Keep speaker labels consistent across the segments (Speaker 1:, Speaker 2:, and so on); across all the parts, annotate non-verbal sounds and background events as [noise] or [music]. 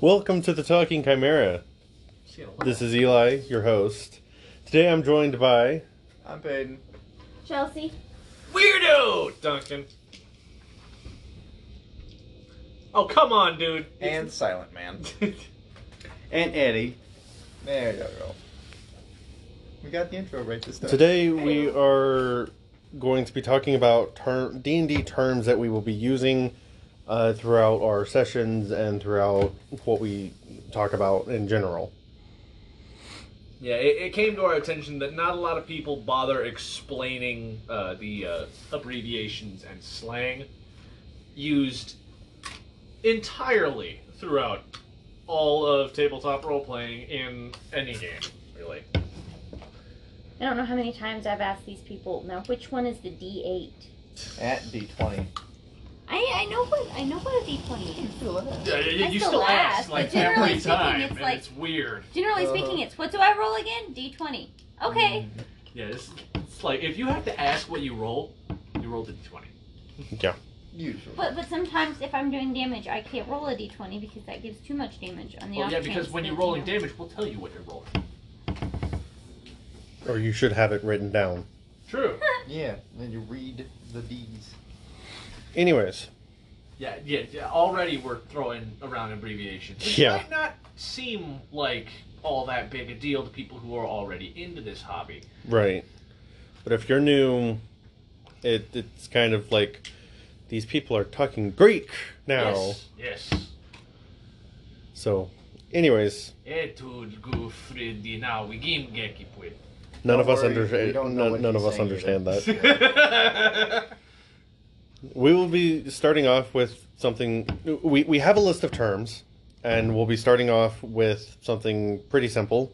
Speaker 1: Welcome to the Talking Chimera. This is Eli, your host. Today I'm joined by
Speaker 2: I'm Peyton.
Speaker 3: Chelsea.
Speaker 4: Weirdo! Duncan. Oh, come on, dude.
Speaker 2: And Silent Man.
Speaker 5: [laughs] and Eddie.
Speaker 2: There you go. We got the intro right this time.
Speaker 1: Today we are going to be talking about term D&D terms that we will be using uh, throughout our sessions and throughout what we talk about in general.
Speaker 4: [laughs] yeah, it, it came to our attention that not a lot of people bother explaining uh, the uh, abbreviations and slang used entirely throughout all of tabletop role playing in any game, really.
Speaker 3: I don't know how many times I've asked these people now which one is the D eight.
Speaker 2: At D20.
Speaker 3: I I know what I know what a D twenty is.
Speaker 4: Yeah, you,
Speaker 3: I
Speaker 4: you
Speaker 3: still
Speaker 4: still
Speaker 3: laugh,
Speaker 4: ask like
Speaker 3: but generally
Speaker 4: every
Speaker 3: speaking,
Speaker 4: time,
Speaker 3: it's
Speaker 4: and
Speaker 3: like-
Speaker 4: it's weird.
Speaker 3: Generally speaking, it's what do I roll again? D twenty. Okay.
Speaker 4: Yeah, it's, it's like if you have to ask what you roll, you roll the d20.
Speaker 2: Usually.
Speaker 3: But but sometimes if I'm doing damage, I can't roll a D twenty because that gives too much damage on the.
Speaker 4: Well,
Speaker 3: off
Speaker 4: Oh, yeah, because
Speaker 3: chance
Speaker 4: when
Speaker 3: that
Speaker 4: you're
Speaker 3: it's
Speaker 4: rolling
Speaker 3: not.
Speaker 4: damage, we'll tell you what you're rolling.
Speaker 1: Or you should have it written down.
Speaker 4: True.
Speaker 2: Yeah, and then you read the D's.
Speaker 1: Anyways,
Speaker 4: Yeah, yeah, yeah. Already we're throwing around abbreviations. Which
Speaker 1: Yeah.
Speaker 4: might not seem like all that big a deal to people who are already into this hobby.
Speaker 1: right. But if you're new, it, it's kind of like these people are talking Greek now.
Speaker 4: Yes.
Speaker 1: So, anyways,
Speaker 4: yes. Etud gufridina wigim [laughs] gekipwit.
Speaker 1: none
Speaker 2: Don't
Speaker 1: of us
Speaker 2: worry, we
Speaker 1: understand.
Speaker 2: don't know
Speaker 1: None,
Speaker 2: what
Speaker 1: none
Speaker 2: he's
Speaker 1: of us
Speaker 2: saying
Speaker 1: understand
Speaker 2: either.
Speaker 4: [laughs]
Speaker 1: that. We will be starting off with something. We we have a list of terms, and we'll be starting off with something pretty simple.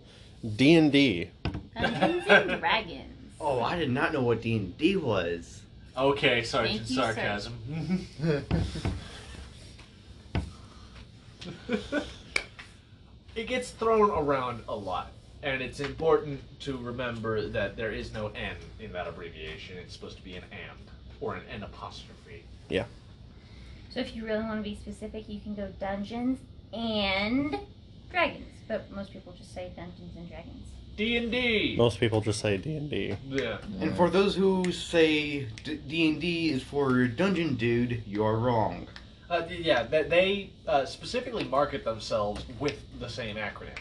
Speaker 1: D and D.
Speaker 3: [laughs] Dungeons
Speaker 4: [laughs]
Speaker 3: and Dragons.
Speaker 5: Oh, I did not know what D and D was.
Speaker 4: okay, Sergeant
Speaker 3: Thank you, sir.
Speaker 4: Sarcasm. [laughs] it gets thrown around a lot, and it's important to remember that there is no N in that abbreviation. It's supposed to be an and or an N apostrophe.
Speaker 3: So if you really want to be specific, you can go Dungeons and Dragons. But most people just say Dungeons and Dragons.
Speaker 4: D and D.
Speaker 1: Most people just say D and D.
Speaker 4: Yeah.
Speaker 5: And for those who say D and D is for Dungeon Dude, you're wrong.
Speaker 4: Uh, th- yeah. That they uh, specifically market themselves with the same acronym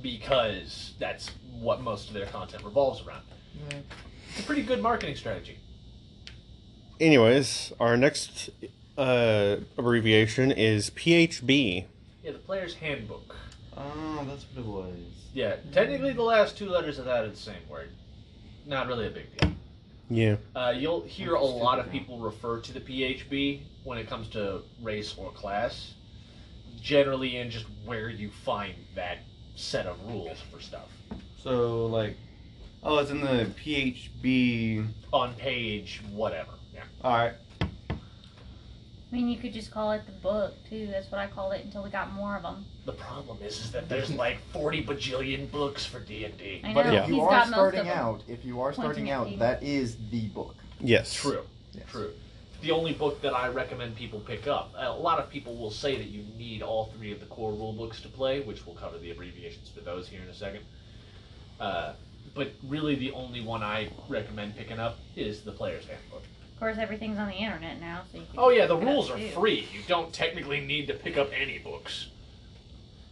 Speaker 4: because that's what most of their content revolves around.
Speaker 2: Mm.
Speaker 4: It's a pretty good marketing strategy.
Speaker 1: Anyways, our next uh, abbreviation is PHB.
Speaker 4: Yeah, the player's handbook.
Speaker 2: Ah,
Speaker 5: Oh, that's what it was.
Speaker 4: Yeah, technically the last two letters of that are the same word. Not really a big deal.
Speaker 1: Yeah.
Speaker 4: Uh, you'll hear a lot of
Speaker 5: Stupid.
Speaker 4: people refer to the PHB when it comes to race or class, generally in just where you find that set of rules for stuff.
Speaker 5: So like, oh, it's in the PHB.
Speaker 4: On page whatever. Yeah.
Speaker 5: All right.
Speaker 3: I mean, you could just call it the book too. That's what I called it until we got more of them.
Speaker 4: The problem is, is that there's like 40 bajillion books for D&D.
Speaker 3: I know
Speaker 2: But if
Speaker 1: Yeah.
Speaker 2: you
Speaker 3: he's
Speaker 2: are
Speaker 3: got most of
Speaker 2: starting
Speaker 3: them.
Speaker 2: out, if you are starting
Speaker 3: at
Speaker 2: out,
Speaker 3: me.
Speaker 2: that is the book.
Speaker 1: Yes.
Speaker 4: True.
Speaker 2: Yes.
Speaker 4: True. The only book that I recommend people pick up. A lot of people will say that you need all three of the core rule books to play, which we'll cover the abbreviations for those here in a second. Uh, but really, the only one I recommend picking up is the Player's Handbook.
Speaker 3: Of course, everything's on the internet now, so you can
Speaker 4: Oh yeah, the
Speaker 3: look it up,
Speaker 4: rules are
Speaker 3: too.
Speaker 4: free. You don't technically need to pick up any books,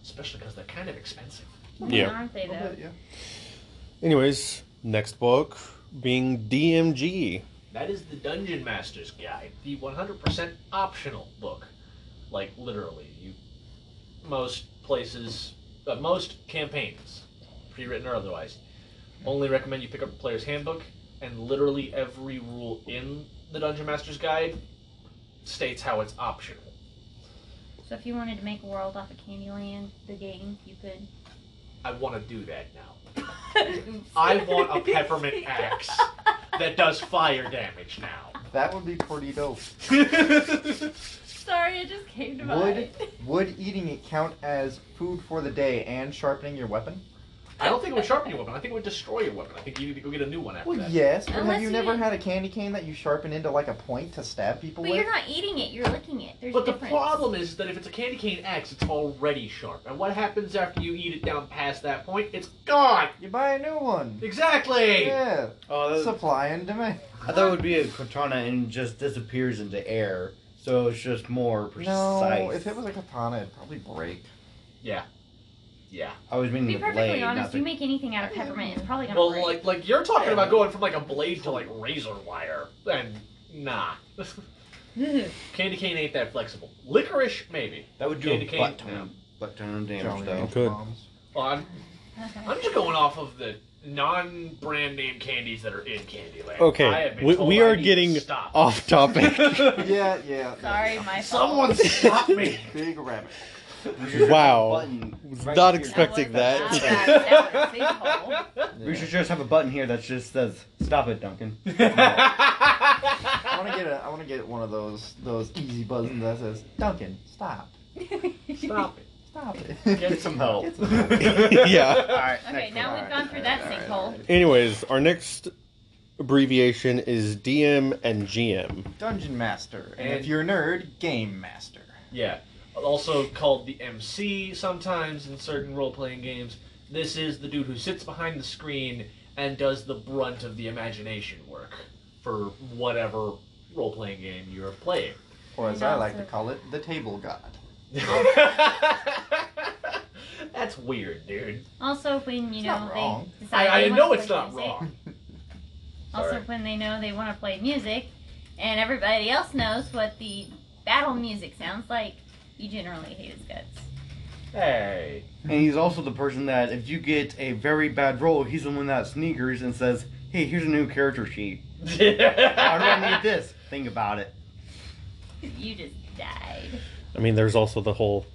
Speaker 4: especially because they're kind of expensive.
Speaker 3: Well,
Speaker 1: Yeah.
Speaker 3: Aren't they
Speaker 2: Okay,
Speaker 3: though?
Speaker 2: yeah.
Speaker 1: Anyways, next book being DMG.
Speaker 4: That is the Dungeon Master's Guide, the 100% optional book. Like literally, you most places, uh, most campaigns, pre-written or otherwise, only recommend you pick up the Player's Handbook, and literally every rule in the Dungeon Master's Guide states how it's optional.
Speaker 3: So if you wanted to make a world off of Candyland, the game, you could.
Speaker 4: I want to do that now. [laughs] I want a peppermint axe that does fire damage now. [laughs]
Speaker 2: That would be pretty dope.
Speaker 3: [laughs] Sorry, it just came to
Speaker 2: Would would eating it count as food for the day and sharpening your weapon?
Speaker 4: I don't think it would sharpen your weapon. I think it would destroy your weapon. I think you need to go get a new one after
Speaker 2: Well,
Speaker 4: that.
Speaker 2: yes, but have
Speaker 3: Unless
Speaker 2: you
Speaker 3: you
Speaker 2: never
Speaker 3: eat-
Speaker 2: had a candy cane that you sharpen into like a point to stab people
Speaker 3: But
Speaker 2: with?
Speaker 3: you're not eating it, you're licking it. There's
Speaker 4: But the
Speaker 3: a difference.
Speaker 4: problem is that if it's a candy cane X, it's already sharp. And what happens after you eat it down past that point? It's gone.
Speaker 2: You buy a new one.
Speaker 4: Exactly.
Speaker 2: Yeah,
Speaker 5: Oh, that
Speaker 2: supply and demand.
Speaker 5: I thought it would be a katana and just disappears into air, so it's just more precise.
Speaker 2: No, if it was a katana, it'd probably break.
Speaker 4: Yeah.
Speaker 5: I was
Speaker 3: To
Speaker 5: meaning
Speaker 3: be
Speaker 5: the
Speaker 3: perfectly
Speaker 5: blade, not
Speaker 3: honest,
Speaker 5: the. [laughs]
Speaker 3: you make anything out of peppermint, it's probably gonna
Speaker 4: Well,
Speaker 3: break.
Speaker 4: like like you're talking about going from like a blade to like razor wire, and
Speaker 3: [laughs]
Speaker 4: nah, candy cane ain't that flexible. Licorice maybe.
Speaker 5: that would do
Speaker 4: Candy
Speaker 5: a
Speaker 4: cane.
Speaker 5: butt ton, of- butt ton of damage
Speaker 2: Jolly
Speaker 5: though.
Speaker 2: Rancher
Speaker 1: Good.
Speaker 2: bombs.
Speaker 4: Well, I'm I'm just going off of the non-brand name candies that are in Candyland.
Speaker 1: Okay,
Speaker 4: I have been
Speaker 1: we-
Speaker 4: told
Speaker 1: we
Speaker 4: I
Speaker 1: are
Speaker 4: need to
Speaker 1: getting
Speaker 4: stop.
Speaker 1: Off
Speaker 3: [laughs]
Speaker 1: topic.
Speaker 2: Yeah, yeah. no,
Speaker 3: Sorry, my
Speaker 4: Someone
Speaker 3: fault.
Speaker 4: stop me.
Speaker 1: [laughs]
Speaker 2: Big rabbit.
Speaker 5: We should
Speaker 1: Wow.
Speaker 5: Just have a button
Speaker 1: Was
Speaker 5: right
Speaker 1: not
Speaker 5: here.
Speaker 1: expect- Expecting that.
Speaker 3: was not- that was a
Speaker 2: [laughs]
Speaker 3: sinkhole.
Speaker 5: We should just have a button here that just says "Stop it, [laughs] Duncan."
Speaker 2: I want to get a. I want to get one of those those easy buzzers that says Duncan, stop,
Speaker 4: stop it.
Speaker 2: stop it.
Speaker 4: Get
Speaker 2: [laughs]
Speaker 4: some help.
Speaker 2: Get some help.
Speaker 3: [laughs]
Speaker 5: [laughs]
Speaker 1: yeah.
Speaker 5: All right.
Speaker 3: Okay,
Speaker 5: next
Speaker 3: now
Speaker 5: one.
Speaker 2: one.
Speaker 3: we've gone through that sinkhole.
Speaker 1: Anyways, our next abbreviation is DM and GM.
Speaker 2: Dungeon master, and,
Speaker 4: And-
Speaker 2: if you're a nerd, game master.
Speaker 4: Yeah. Also called the MC sometimes in certain role playing games. This is the dude who sits behind the screen and does the brunt of the imagination work for whatever role playing game you're playing. [laughs]
Speaker 2: Or as
Speaker 3: And
Speaker 2: I like to
Speaker 3: also-
Speaker 2: call it, the table god.
Speaker 4: That's weird, dude.
Speaker 3: Also, when you
Speaker 2: It's
Speaker 3: know
Speaker 2: not wrong.
Speaker 3: they decide
Speaker 4: I, I
Speaker 3: they
Speaker 4: know
Speaker 3: wanna
Speaker 4: it's
Speaker 3: play
Speaker 4: not
Speaker 3: music.
Speaker 4: wrong.
Speaker 3: [laughs] Also,
Speaker 4: Sorry.
Speaker 3: when they know they want to play music, and everybody else knows what the battle music sounds like, you generally hate his guts. [laughs]
Speaker 4: Hey.
Speaker 5: And he's also the person that, if you get a very bad roll, he's the one that sneakers and says, "Hey, here's a new character sheet. Why do I [laughs] need this? Think about it."
Speaker 3: You just died.
Speaker 1: I mean, there's also the whole,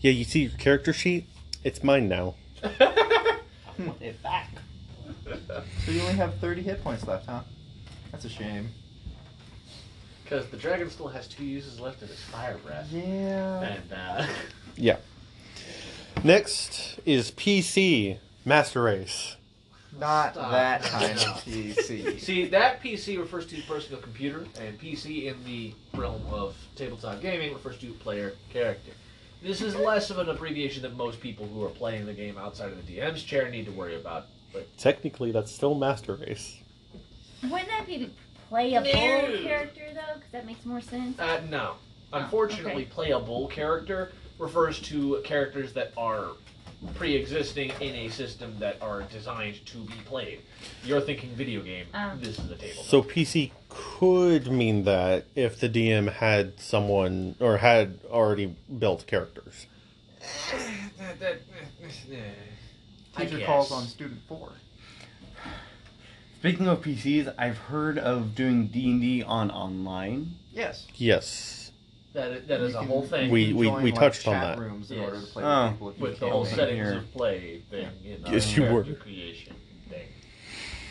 Speaker 1: yeah, you see your character sheet? It's mine now.
Speaker 5: I want it back.
Speaker 4: [laughs]
Speaker 2: So you only have 30 hit points left, huh? That's a shame.
Speaker 4: Because the dragon still has two uses left of his fire breath.
Speaker 2: Yeah.
Speaker 4: And, uh. [laughs]
Speaker 1: Next is PC, Master Race.
Speaker 2: Not
Speaker 4: Stop.
Speaker 2: that
Speaker 4: [laughs]
Speaker 2: kind
Speaker 4: Stop.
Speaker 2: of PC.
Speaker 4: See, that PC refers to personal computer, and PC in the realm of tabletop gaming refers to player character. This is less of an abbreviation that most people who are playing the game outside of the DM's chair need to worry about.
Speaker 1: Technically, that's still Master Race.
Speaker 3: Wouldn't that be to play a bull
Speaker 4: No.
Speaker 3: character though? Because that makes more sense.
Speaker 4: Uh, no. Unfortunately, playable character refers to characters that are pre existing in a system that are designed to be played. You're thinking video game,
Speaker 3: Um.
Speaker 4: this is a table.
Speaker 1: So PC could mean that if the DM had someone or had already built characters.
Speaker 4: I
Speaker 2: Teacher calls
Speaker 4: guess.
Speaker 2: on student four.
Speaker 5: Speaking of PCs, I've heard of doing D and D on online.
Speaker 2: Yes.
Speaker 1: Yes.
Speaker 4: That, that is
Speaker 2: You
Speaker 4: a
Speaker 2: can-
Speaker 4: whole thing.
Speaker 1: We-
Speaker 2: You join,
Speaker 1: we
Speaker 2: like,
Speaker 1: touched on
Speaker 2: chat
Speaker 1: that.
Speaker 2: rooms in
Speaker 4: Yes.
Speaker 2: order to play
Speaker 5: Oh.
Speaker 2: with people if you
Speaker 4: with the
Speaker 2: can't
Speaker 4: whole
Speaker 2: make [laughs]
Speaker 5: campaign
Speaker 4: settings
Speaker 5: here.
Speaker 4: of play thing. You know,
Speaker 1: Yes, you
Speaker 4: character
Speaker 1: were.
Speaker 4: Creation thing.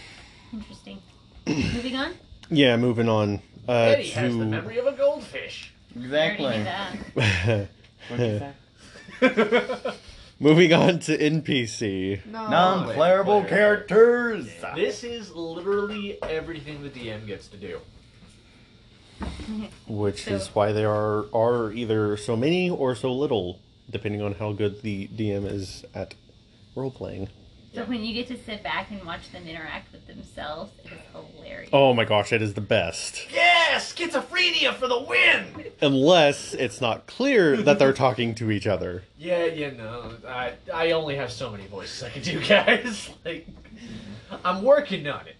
Speaker 1: [coughs]
Speaker 3: Interesting. Moving on.
Speaker 1: Yeah, moving on uh,
Speaker 4: Eddie has the memory of a
Speaker 1: [laughs]
Speaker 4: goldfish.
Speaker 3: I already knew that.
Speaker 1: to
Speaker 5: What'd
Speaker 2: [laughs]
Speaker 5: you say?
Speaker 1: [laughs] moving on to NPC.
Speaker 2: No.
Speaker 5: Non-playable
Speaker 4: player.
Speaker 5: characters.
Speaker 4: this is literally everything the DM gets to do.
Speaker 1: Which
Speaker 3: So-
Speaker 1: is why they are are either so many or so little, depending on how good the DM is at role playing.
Speaker 3: So when you get to sit back and watch them interact with themselves, it is hilarious.
Speaker 1: Oh my gosh, it is the best.
Speaker 4: Yeah, schizophrenia for the win.
Speaker 1: Unless it's not clear that they're talking to each other.
Speaker 4: Yeah, you know, I I only have so many voices I can do, [laughs] guys. like, I'm working on it.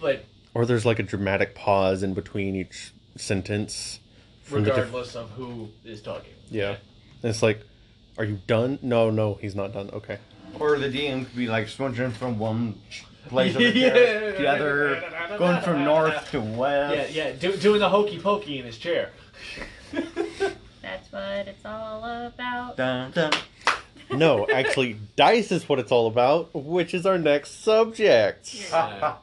Speaker 4: But
Speaker 1: Or there's like a dramatic pause in between each sentence. from the diff-
Speaker 4: regardless of who is talking,
Speaker 1: yeah. And it's like, are you done? No, no, he's not done. Okay.
Speaker 5: Or the DM could be like switching from one place of the
Speaker 4: [laughs] Yeah.
Speaker 5: chair to the other, going from north to
Speaker 4: yeah,
Speaker 5: west.
Speaker 4: yeah, do, doing the hokey pokey in his chair.
Speaker 3: That's what it's all about.
Speaker 5: Dun, dun.
Speaker 1: No, actually, [laughs] dice is what it's all about, which is our next subject.
Speaker 4: Uh,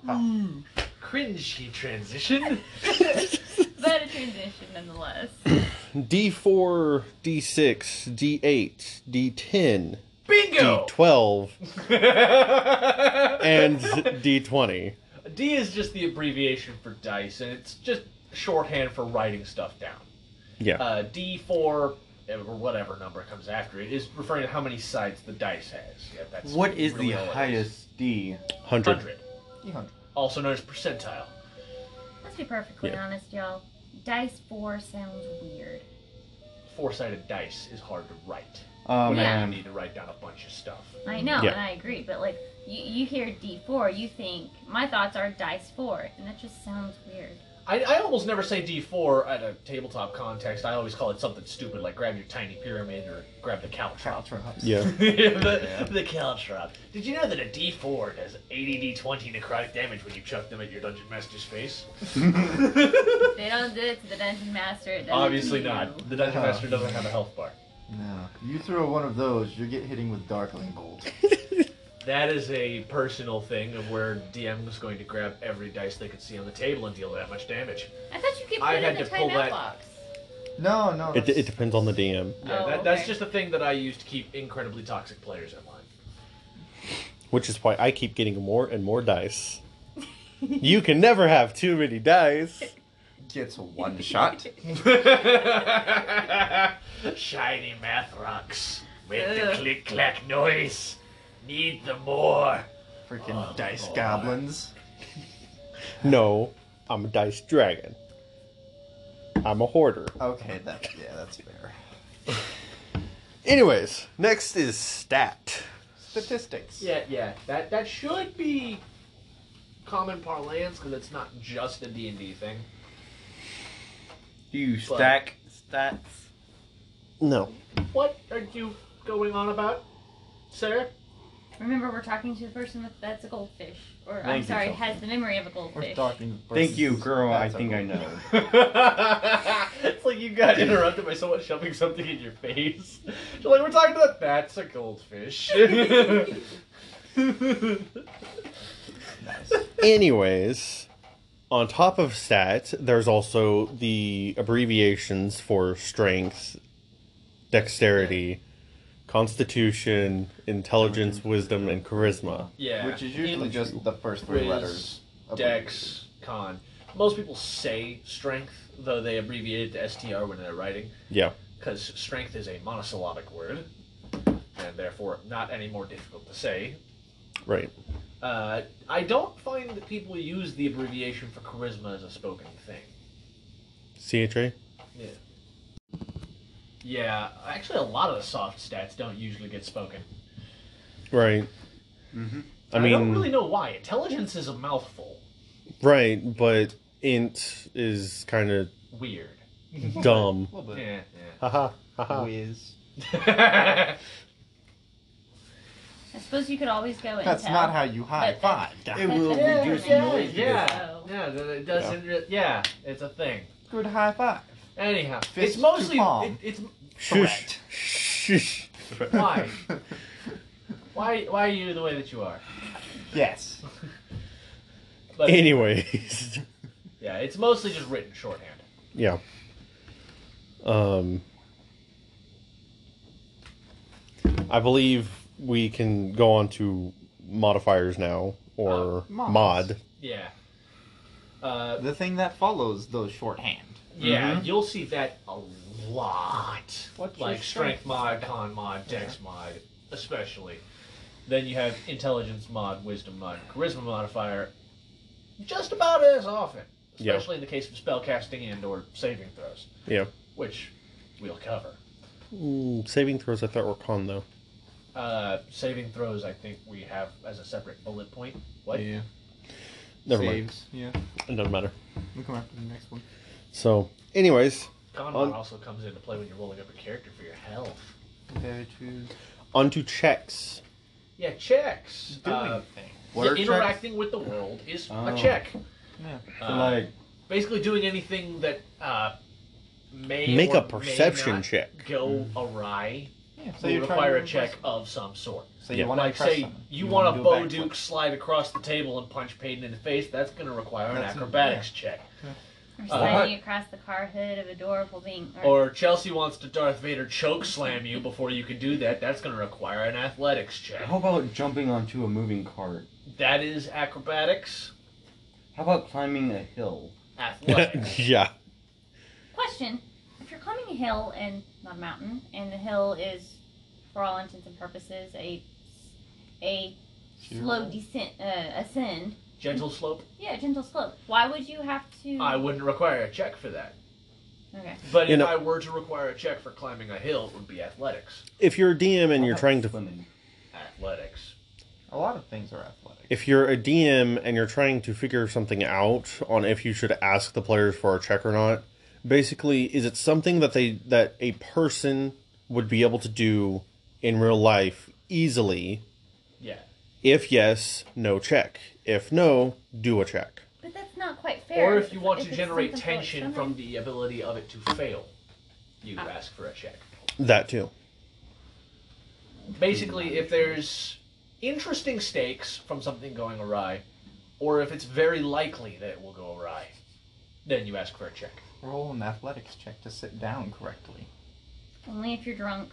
Speaker 4: cringy transition.
Speaker 3: But a transition nonetheless.
Speaker 1: D4, D6, D8, D10,
Speaker 4: Bingo! Bingo!
Speaker 1: D12 and
Speaker 4: and
Speaker 1: [laughs] D20.
Speaker 4: D is just the abbreviation for dice, and it's just shorthand for writing stuff down.
Speaker 1: Yeah.
Speaker 4: Uh, D4 or whatever number comes after it is referring to how many sides the dice has. Yeah, that's
Speaker 5: What is the
Speaker 4: really all it
Speaker 5: highest D?
Speaker 1: 100.
Speaker 4: 100,
Speaker 2: D100.
Speaker 4: also known as percentile.
Speaker 3: Let's be perfectly
Speaker 1: Yeah.
Speaker 3: honest, y'all. Dice 4 sounds weird.
Speaker 4: Four-sided dice is hard to write.
Speaker 5: Oh
Speaker 4: When You
Speaker 5: man.
Speaker 4: need to write down a bunch of stuff.
Speaker 3: I know,
Speaker 1: Yeah.
Speaker 3: and I agree, but like, you, you hear D4, you think, my thoughts are dice 4, and that just sounds weird.
Speaker 4: I, I almost never say D4 at a tabletop context. I always call it something stupid like grab your tiny pyramid or grab the caltrop.
Speaker 2: Caltrops.
Speaker 1: Yeah.
Speaker 4: [laughs] the, the caltrop. Did you know that a D4 does 80 D20 necrotic damage when you chuck them at your dungeon master's face?
Speaker 3: They don't do it to the dungeon master. it does it to
Speaker 4: Obviously
Speaker 3: you.
Speaker 4: not. The dungeon
Speaker 2: Uh-huh.
Speaker 4: master doesn't have a health bar.
Speaker 2: No. You throw one of those, you get hitting with Darkling Bolt.
Speaker 4: That is a personal thing of where DM was going to grab every dice they could see on the table and deal that much damage.
Speaker 3: I thought you could put
Speaker 4: I
Speaker 3: it
Speaker 4: had
Speaker 3: in the
Speaker 4: to pull
Speaker 3: timeout
Speaker 4: that-
Speaker 3: box.
Speaker 2: No, no.
Speaker 1: It,
Speaker 2: that's-
Speaker 1: it depends on the DM,
Speaker 4: Yeah,
Speaker 3: Oh,
Speaker 4: that, that's
Speaker 3: okay.
Speaker 4: just a thing that I use to keep incredibly toxic players in line.
Speaker 1: which is why I keep getting more and more dice. you can never have too many dice.
Speaker 2: gets one shot.
Speaker 4: Shiny math rocks. Make the click clack noise. Need the more.
Speaker 2: Freaking
Speaker 4: Oh,
Speaker 2: dice
Speaker 4: boy.
Speaker 2: goblins.
Speaker 1: No, I'm a dice dragon. I'm a hoarder.
Speaker 2: Okay, that yeah, that's fair.
Speaker 1: Anyways, next is stat.
Speaker 2: Statistics.
Speaker 4: Yeah, yeah. That that should be common parlance because it's not just a D and D thing.
Speaker 5: Do you stack stats?
Speaker 1: No.
Speaker 4: What are you going on about, sir?
Speaker 3: Remember, we're talking to the person with, that's a goldfish. Or, I'm
Speaker 5: Thank you,
Speaker 3: sorry,
Speaker 5: Sophie.
Speaker 3: has the memory of a
Speaker 2: Or
Speaker 3: goldfish.
Speaker 2: Darkling
Speaker 5: Thank you,
Speaker 2: versus-
Speaker 5: girl. I
Speaker 2: that's
Speaker 5: think
Speaker 2: a-
Speaker 5: I know.
Speaker 4: [laughs] [laughs] it's like you got interrupted by someone shoving something in your face. You're like, we're talking about that's a goldfish. [laughs]
Speaker 2: Nice.
Speaker 1: Anyways, on top of stat, there's also the abbreviations for strength, dexterity, constitution, intelligence, wisdom, and charisma.
Speaker 4: yeah,
Speaker 2: Which is usually just the first three
Speaker 4: Riz,
Speaker 2: letters. of
Speaker 4: Dex, Con. Most people say strength, though they abbreviate it to STR when they're writing,
Speaker 1: Yeah.
Speaker 4: because strength is a monosyllabic word, and therefore not any more difficult to say.
Speaker 1: Right.
Speaker 4: Uh, I don't find that people use the abbreviation for charisma as a spoken thing.
Speaker 1: CHA?
Speaker 4: Yeah. Yeah, actually, a lot of the soft stats don't usually get spoken.
Speaker 1: Right.
Speaker 5: Mhm.
Speaker 1: I
Speaker 4: Mm-hmm. I don't
Speaker 1: mean,
Speaker 4: really know why. Intelligence is a mouthful.
Speaker 1: right, but int is kind of
Speaker 4: Weird.
Speaker 1: dumb.
Speaker 2: A little bit.
Speaker 4: Yeah, [laughs]
Speaker 1: Haha. Haha.
Speaker 2: Whiz.
Speaker 4: yeah.
Speaker 3: I suppose you could always go and
Speaker 2: That's
Speaker 3: tell.
Speaker 2: not how you high
Speaker 4: [laughs]
Speaker 2: five.
Speaker 5: It will
Speaker 3: Yeah,
Speaker 5: reduce
Speaker 3: yeah,
Speaker 5: noise. because-
Speaker 4: Yeah,
Speaker 3: Oh.
Speaker 4: yeah, th- it doesn't. re- Yeah, it's a thing.
Speaker 2: Good high five.
Speaker 4: Anyhow,
Speaker 2: Fist
Speaker 4: it's
Speaker 2: to
Speaker 4: mostly it,
Speaker 2: palm.
Speaker 4: it's
Speaker 1: Shush. Shush.
Speaker 4: why, why, why are you the way that you are?
Speaker 2: Yes.
Speaker 4: But
Speaker 1: Anyways. [laughs]
Speaker 4: yeah, it's mostly just written shorthand.
Speaker 1: Yeah. Um, I believe we can go on to modifiers now or
Speaker 2: Uh, mods.
Speaker 1: mod.
Speaker 4: Yeah, uh,
Speaker 2: The thing that follows those shorthand.
Speaker 4: yeah,
Speaker 1: Mm-hmm.
Speaker 4: you'll see that a lot.
Speaker 2: What's your
Speaker 4: like strength mod, con mod, dex mod, especially. Then you have intelligence mod, wisdom mod, charisma modifier. Just about as often,
Speaker 1: Yeah.
Speaker 4: especially in the case of spellcasting and or saving throws.
Speaker 1: Yeah.
Speaker 4: which we'll cover.
Speaker 1: Mm, saving throws I thought were con though.
Speaker 4: Uh, saving throws, I think we have as a separate bullet point. What?
Speaker 1: Never
Speaker 2: Saves. Yeah.
Speaker 1: mind. It doesn't matter.
Speaker 2: We'll come after the next one.
Speaker 1: So, anyways,
Speaker 4: Con
Speaker 1: On-
Speaker 4: mod also comes into play when you're rolling up a character for your health.
Speaker 2: Very true.
Speaker 1: on to checks.
Speaker 4: Yeah, checks. Uh,
Speaker 2: things.
Speaker 5: What
Speaker 4: yeah,
Speaker 5: are checks?
Speaker 4: interacting with the world is a
Speaker 5: Oh.
Speaker 4: check.
Speaker 2: Yeah.
Speaker 4: Uh,
Speaker 5: like
Speaker 4: basically doing anything that uh, may
Speaker 1: Make
Speaker 4: or
Speaker 1: a perception
Speaker 4: may not
Speaker 1: check.
Speaker 4: go
Speaker 2: Mm.
Speaker 4: awry
Speaker 2: Yeah.
Speaker 4: will require a check of some sort.
Speaker 2: So
Speaker 1: Yeah.
Speaker 2: you want to
Speaker 4: Like, say you, want a Bo
Speaker 2: Bow
Speaker 4: Duke slide across the table and punch Payton in the face, that's going to require an
Speaker 2: That's-
Speaker 4: acrobatics check. Uh,
Speaker 3: Or sliding across the car hood of a door while being. Or,
Speaker 4: Or Chelsea wants to Darth Vader choke slam you before you can do that. That's going to require an athletics check.
Speaker 2: Oh.
Speaker 5: How about jumping onto a moving cart?
Speaker 4: That is acrobatics,
Speaker 5: How about climbing a hill?
Speaker 1: [laughs]
Speaker 4: athletics.
Speaker 1: yeah.
Speaker 3: question: If you're climbing a hill and not a mountain, and the hill is, for all intents and purposes, a a slow descent, uh, ascend.
Speaker 4: Gentle slope.
Speaker 3: Yeah, gentle slope. Why would you have to?
Speaker 4: I wouldn't require a check for that.
Speaker 3: Okay.
Speaker 4: But
Speaker 1: You
Speaker 4: if
Speaker 1: know-
Speaker 4: I were to require a check for climbing a hill, it would be athletics.
Speaker 1: If you're a DM and
Speaker 5: How
Speaker 1: you're
Speaker 5: about
Speaker 1: trying to,
Speaker 5: swimming?
Speaker 4: Athletics.
Speaker 2: A lot of things are athletic.
Speaker 1: if you're a DM and you're trying to figure something out on if you should ask the players for a check or not, basically, is it something that they that a person would be able to do in real life easily?
Speaker 4: Yeah.
Speaker 1: If yes, no check. If no, do a check.
Speaker 3: But that's not quite fair.
Speaker 4: Or if you want to
Speaker 3: it's
Speaker 4: generate
Speaker 3: something for like
Speaker 4: tension
Speaker 3: someone-
Speaker 4: from the ability of it to fail, you
Speaker 3: Ah.
Speaker 4: ask for a check.
Speaker 1: That too.
Speaker 4: Basically, if there's interesting stakes from something going awry, or if it's very likely that it will go awry, then you ask for a check.
Speaker 2: Roll an athletics check to sit down correctly.
Speaker 3: Only if you're drunk.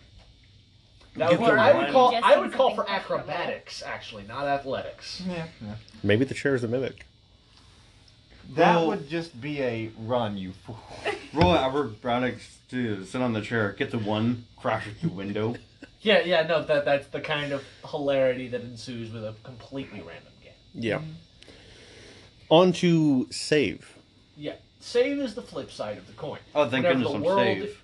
Speaker 4: That
Speaker 5: Get
Speaker 4: would,
Speaker 5: the
Speaker 4: I would
Speaker 5: line.
Speaker 4: call
Speaker 3: Just
Speaker 4: I would call
Speaker 3: something
Speaker 4: for
Speaker 3: comfortable.
Speaker 4: acrobatics, actually, not athletics.
Speaker 2: Yeah. yeah.
Speaker 1: Maybe the chair is a mimic.
Speaker 2: That
Speaker 5: Roll-
Speaker 2: would just be a run, you fool.
Speaker 4: [laughs]
Speaker 5: Roll an acrobatics to sit on the chair, get the one, crash at the window.
Speaker 4: Yeah, yeah, no, that that's the kind of hilarity that ensues with a completely random game.
Speaker 1: Yeah.
Speaker 5: Mm-hmm.
Speaker 1: On to save.
Speaker 4: Yeah, save is the flip side of the coin.
Speaker 5: Oh, thank
Speaker 4: Whenever
Speaker 5: goodness
Speaker 4: the
Speaker 5: I'm
Speaker 4: world-
Speaker 5: safe.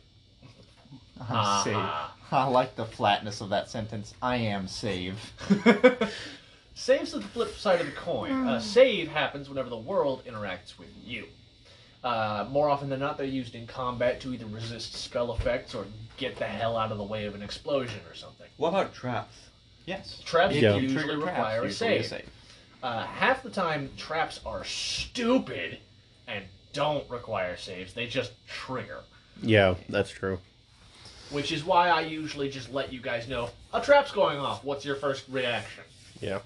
Speaker 2: I'm
Speaker 4: Ah.
Speaker 2: safe. I like the flatness of that sentence. I am save.
Speaker 4: [laughs] Saves are the flip side of the coin. A save happens whenever the world interacts with you. Uh, more often than not, they're used in combat to either resist spell effects or get the hell out of the way of an explosion or something.
Speaker 5: What about traps?
Speaker 2: Yes.
Speaker 4: Traps
Speaker 1: Yeah.
Speaker 2: You
Speaker 4: usually
Speaker 2: trigger traps,
Speaker 4: require a
Speaker 2: usually
Speaker 4: save. Uh, half the time, traps are stupid and don't require saves. They just trigger.
Speaker 1: Yeah, that's true.
Speaker 4: Which is why I usually just let you guys know a trap's going off. What's your first reaction? [laughs]
Speaker 1: Yeah.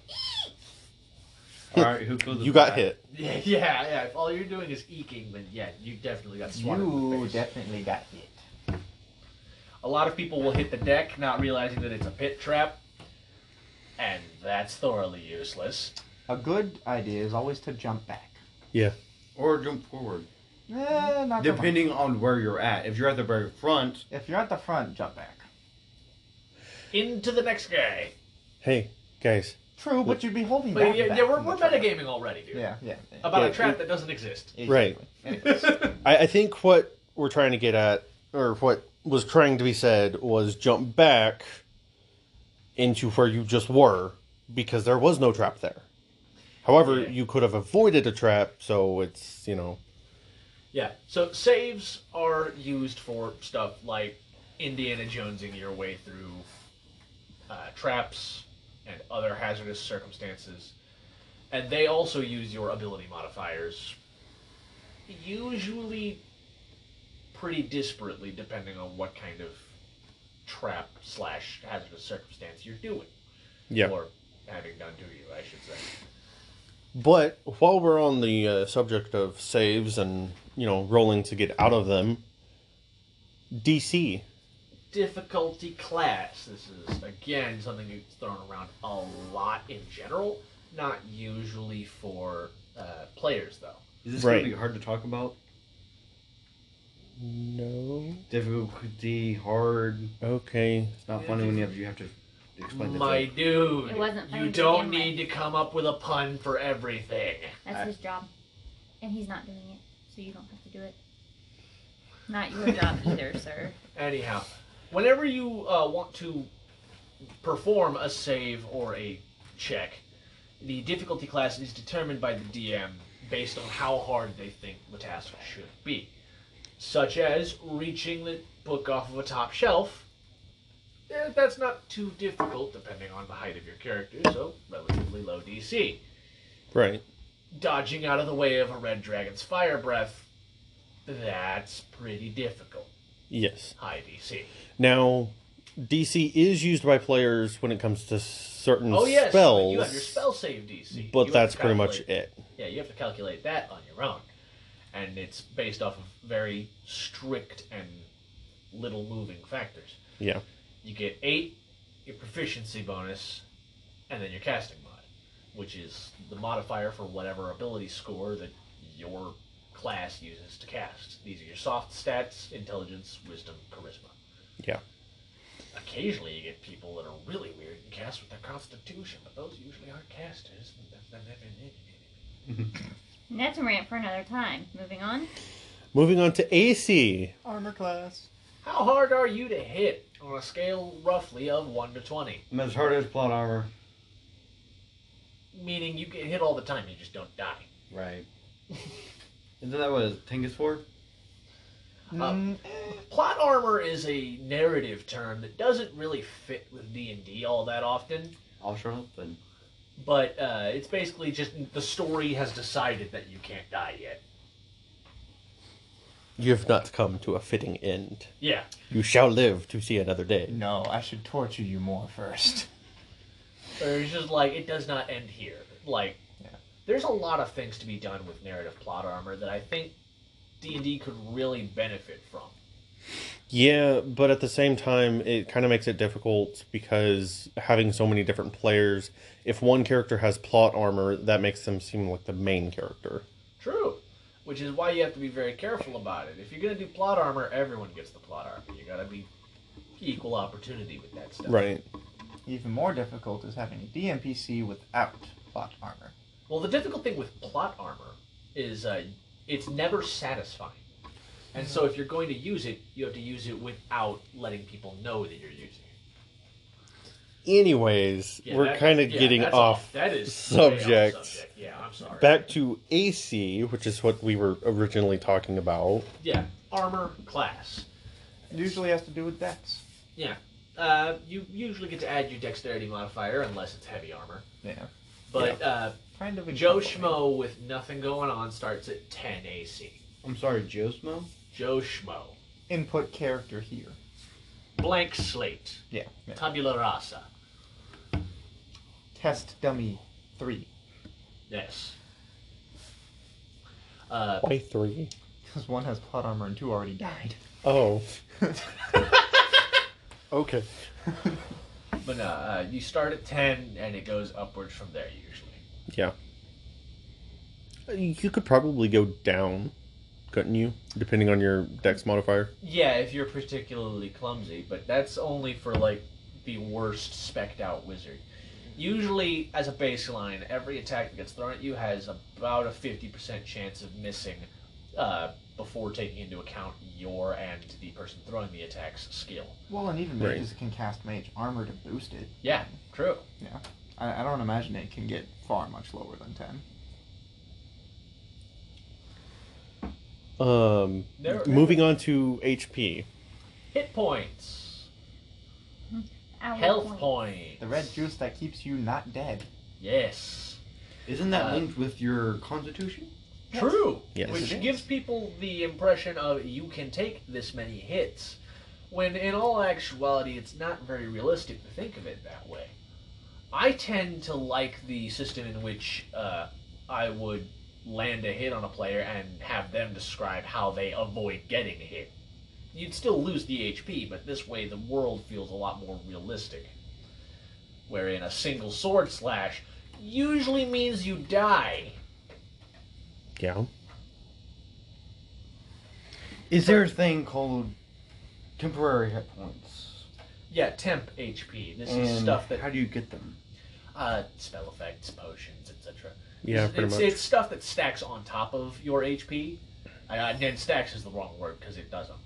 Speaker 5: [laughs] All right, who killed the
Speaker 1: You got
Speaker 5: bat?
Speaker 1: hit.
Speaker 4: Yeah, yeah, yeah. If all you're doing is eking, then yeah, you definitely got swatted. in the
Speaker 2: You
Speaker 4: face.
Speaker 2: definitely got hit.
Speaker 4: a lot of people will hit the deck not realizing that it's a pit trap, and that's thoroughly useless.
Speaker 2: A good idea is always to jump back.
Speaker 5: Or jump forward.
Speaker 2: Eh, not jump back.
Speaker 5: Depending on where you're at. If you're at the very front,
Speaker 2: If you're at the front, jump back.
Speaker 4: Into the next guy.
Speaker 1: Hey, guys.
Speaker 2: True, but you'd be holding
Speaker 4: But
Speaker 2: back.
Speaker 4: yeah,
Speaker 2: back
Speaker 4: yeah, we're,
Speaker 2: from
Speaker 4: we're
Speaker 2: the trap.
Speaker 4: metagaming already, dude.
Speaker 2: Yeah, yeah. yeah.
Speaker 4: About
Speaker 1: Yeah,
Speaker 4: a trap
Speaker 1: you-
Speaker 4: that doesn't exist.
Speaker 1: Right.
Speaker 2: Anyways.
Speaker 1: I, I think what we're trying to get at, or what was trying to be said, was jump back into where you just were because there was no trap there. However,
Speaker 4: Yeah.
Speaker 1: you could have avoided a trap, so it's, you know.
Speaker 4: Yeah. So saves are used for stuff like Indiana Jonesing your way through uh, traps and other hazardous circumstances, and they also use your ability modifiers, usually pretty disparately depending on what kind of trap slash hazardous circumstance you're doing
Speaker 1: Yeah.
Speaker 4: or having done to you, I should say.
Speaker 1: But while we're on the uh, subject of saves and, you know, rolling to get out of them, DC.
Speaker 4: difficulty class. This is again something that's thrown around a lot in general, not usually for uh, players though.
Speaker 5: is this
Speaker 1: Right.
Speaker 5: going to be hard to talk about?
Speaker 1: No.
Speaker 5: Difficulty, hard.
Speaker 1: Okay.
Speaker 5: It's not funny when you have, you have to explain the
Speaker 4: My
Speaker 5: joke.
Speaker 4: dude,
Speaker 3: It wasn't funny
Speaker 4: you
Speaker 3: to
Speaker 4: don't
Speaker 3: begin
Speaker 4: need to come up with a pun for everything.
Speaker 3: That's
Speaker 5: I-
Speaker 3: his job. And he's not doing it, so you don't have to do it. Not
Speaker 4: [laughs]
Speaker 3: your job either, sir.
Speaker 4: Anyhow, whenever you uh, want to perform a save or a check, the difficulty class is determined by the DM based on how hard they think the task should be, such as reaching the book off of a top shelf. Eh, That's not too difficult depending on the height of your character, so relatively low DC.
Speaker 1: Right.
Speaker 4: Dodging out of the way of a red dragon's fire breath, that's pretty difficult.
Speaker 1: Yes.
Speaker 4: High DC.
Speaker 1: Now, DC is used by players when it comes to certain
Speaker 4: Oh yes,
Speaker 1: spells.
Speaker 4: you have your spell save DC. You
Speaker 1: But
Speaker 4: have
Speaker 1: that's
Speaker 4: to
Speaker 1: pretty much
Speaker 4: calculate-
Speaker 1: it.
Speaker 4: Yeah, you have to calculate that on your own. and it's based off of very strict and little moving factors.
Speaker 1: Yeah.
Speaker 4: You get eight, your proficiency bonus, and then your casting mod, which is the modifier for whatever ability score that your class uses to cast. These are your soft stats, intelligence, wisdom, charisma.
Speaker 1: Yeah.
Speaker 4: Occasionally, you get people that are really weird and cast with their constitution, but those usually aren't casters.
Speaker 3: And that's a rant for another time. Moving on.
Speaker 1: Moving on to AC.
Speaker 2: Armor class.
Speaker 4: How hard are you to hit on a scale roughly of 1 to 20?
Speaker 5: I'm as hard as plot armor.
Speaker 4: Meaning you get hit all the time, you just don't die.
Speaker 5: Right. [laughs] Isn't that what Tengus for?
Speaker 4: Um, Plot armor is a narrative term that doesn't really fit with D&D all that often,
Speaker 5: I'll shut up then.
Speaker 4: but uh, it's basically just the story has decided that you can't die yet.
Speaker 1: You have not come to a fitting end.
Speaker 4: Yeah.
Speaker 1: You shall live to see another day.
Speaker 2: No, I should torture you more first. [laughs]
Speaker 4: Or it's just like it does not end here. Like
Speaker 2: Yeah.
Speaker 4: there's a lot of things to be done with narrative plot armor that I think D&D could really benefit from.
Speaker 1: Yeah, but at the same time, it kind of makes it difficult because having so many different players, if one character has plot armor, that makes them seem like the main character.
Speaker 4: True. Which is why you have to be very careful about it. If you're going to do plot armor, everyone gets the plot armor. You got to be equal opportunity with that stuff.
Speaker 1: Right.
Speaker 2: Even more difficult is having a DMPC without plot armor.
Speaker 4: Well, the difficult thing with plot armor is uh, it's never satisfying. And so if you're going to use it, you have to use it without letting people know that you're using it.
Speaker 1: Anyways,
Speaker 4: Yeah,
Speaker 1: we're
Speaker 4: that-
Speaker 1: kind of
Speaker 4: yeah,
Speaker 1: getting
Speaker 4: that's
Speaker 1: off
Speaker 4: That is way off
Speaker 1: subject.
Speaker 4: subject. Yeah, I'm sorry.
Speaker 1: back to AC, which is what we were originally talking about.
Speaker 4: Yeah, armor class.
Speaker 2: Usually has to do with dex.
Speaker 4: Yeah. Uh, you usually get to add your dexterity modifier unless it's heavy armor.
Speaker 2: Yeah.
Speaker 4: But uh,
Speaker 2: Kind of.
Speaker 4: Joe
Speaker 2: incorporated.
Speaker 4: Schmo with nothing going on starts at 10 AC.
Speaker 5: I'm sorry, Josmo?
Speaker 4: Joe Schmo.
Speaker 2: Input character here.
Speaker 4: Blank slate.
Speaker 2: Yeah. yeah.
Speaker 4: Tabula rasa.
Speaker 2: Test dummy three.
Speaker 4: Yes. Uh,
Speaker 1: Why three?
Speaker 2: Because one has plot armor and two already died.
Speaker 1: Oh. [laughs] okay.
Speaker 4: but no, uh, you start at 10 and it goes upwards from there usually.
Speaker 1: Yeah. You could probably go down, couldn't you? Depending on your dex modifier.
Speaker 4: Yeah, if you're particularly clumsy, but that's only for like the worst specked out wizard. Usually, as a baseline, every attack that gets thrown at you has about a 50% chance of missing uh, before taking into account your and the person throwing the attack's skill.
Speaker 2: Well, and even
Speaker 1: Right.
Speaker 2: mages can cast mage armor to boost it.
Speaker 4: Yeah, true.
Speaker 2: I, I don't imagine it can get far much lower than ten.
Speaker 1: Um,
Speaker 4: There-
Speaker 1: moving on to HP.
Speaker 4: Hit points,
Speaker 3: Our
Speaker 4: health
Speaker 3: point.
Speaker 4: points.
Speaker 2: The red juice that keeps you not dead.
Speaker 4: Yes.
Speaker 5: Isn't that
Speaker 4: Uh,
Speaker 5: linked with your constitution?
Speaker 2: Yes.
Speaker 4: True.
Speaker 1: Yes.
Speaker 2: Yes,
Speaker 4: Which
Speaker 2: it is.
Speaker 4: gives people the impression of you can take this many hits, when in all actuality, it's not very realistic to think of it that way. I tend to like the system in which uh, I would land a hit on a player and have them describe how they avoid getting hit. You'd still lose the HP, but this way the world feels a lot more realistic. Wherein a single sword slash usually means you die.
Speaker 1: Yeah.
Speaker 5: Is there a thing called temporary hit points?
Speaker 4: Yeah, temp HP. This is
Speaker 5: And
Speaker 4: stuff that
Speaker 5: How do you get them?
Speaker 4: uh, spell effects, potions, etc.
Speaker 1: Yeah,
Speaker 4: it's,
Speaker 1: pretty
Speaker 4: it's,
Speaker 1: much.
Speaker 4: It's stuff that stacks on top of your HP. Uh, and stacks is the wrong word because it doesn't.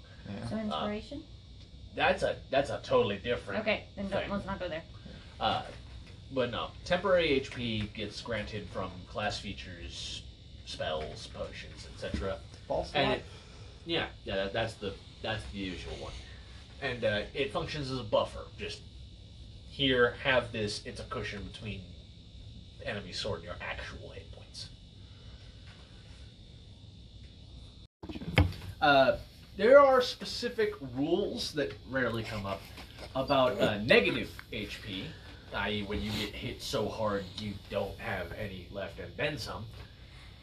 Speaker 3: So inspiration.
Speaker 4: Uh, That's a that's a totally different.
Speaker 3: okay, then don't,
Speaker 4: Right.
Speaker 3: let's not go there.
Speaker 4: Uh, but no, temporary HP gets granted from class features, spells, potions, etc.
Speaker 2: False
Speaker 4: And
Speaker 2: light.
Speaker 4: it, yeah, yeah, that, that's the that's the usual one, and uh, it functions as a buffer. Just here, have this. It's a cushion between the enemy sword and your actual hit points. Uh, there are specific rules that rarely come up about uh, negative HP, e, i.e., when you get hit so hard you don't have any left and then some.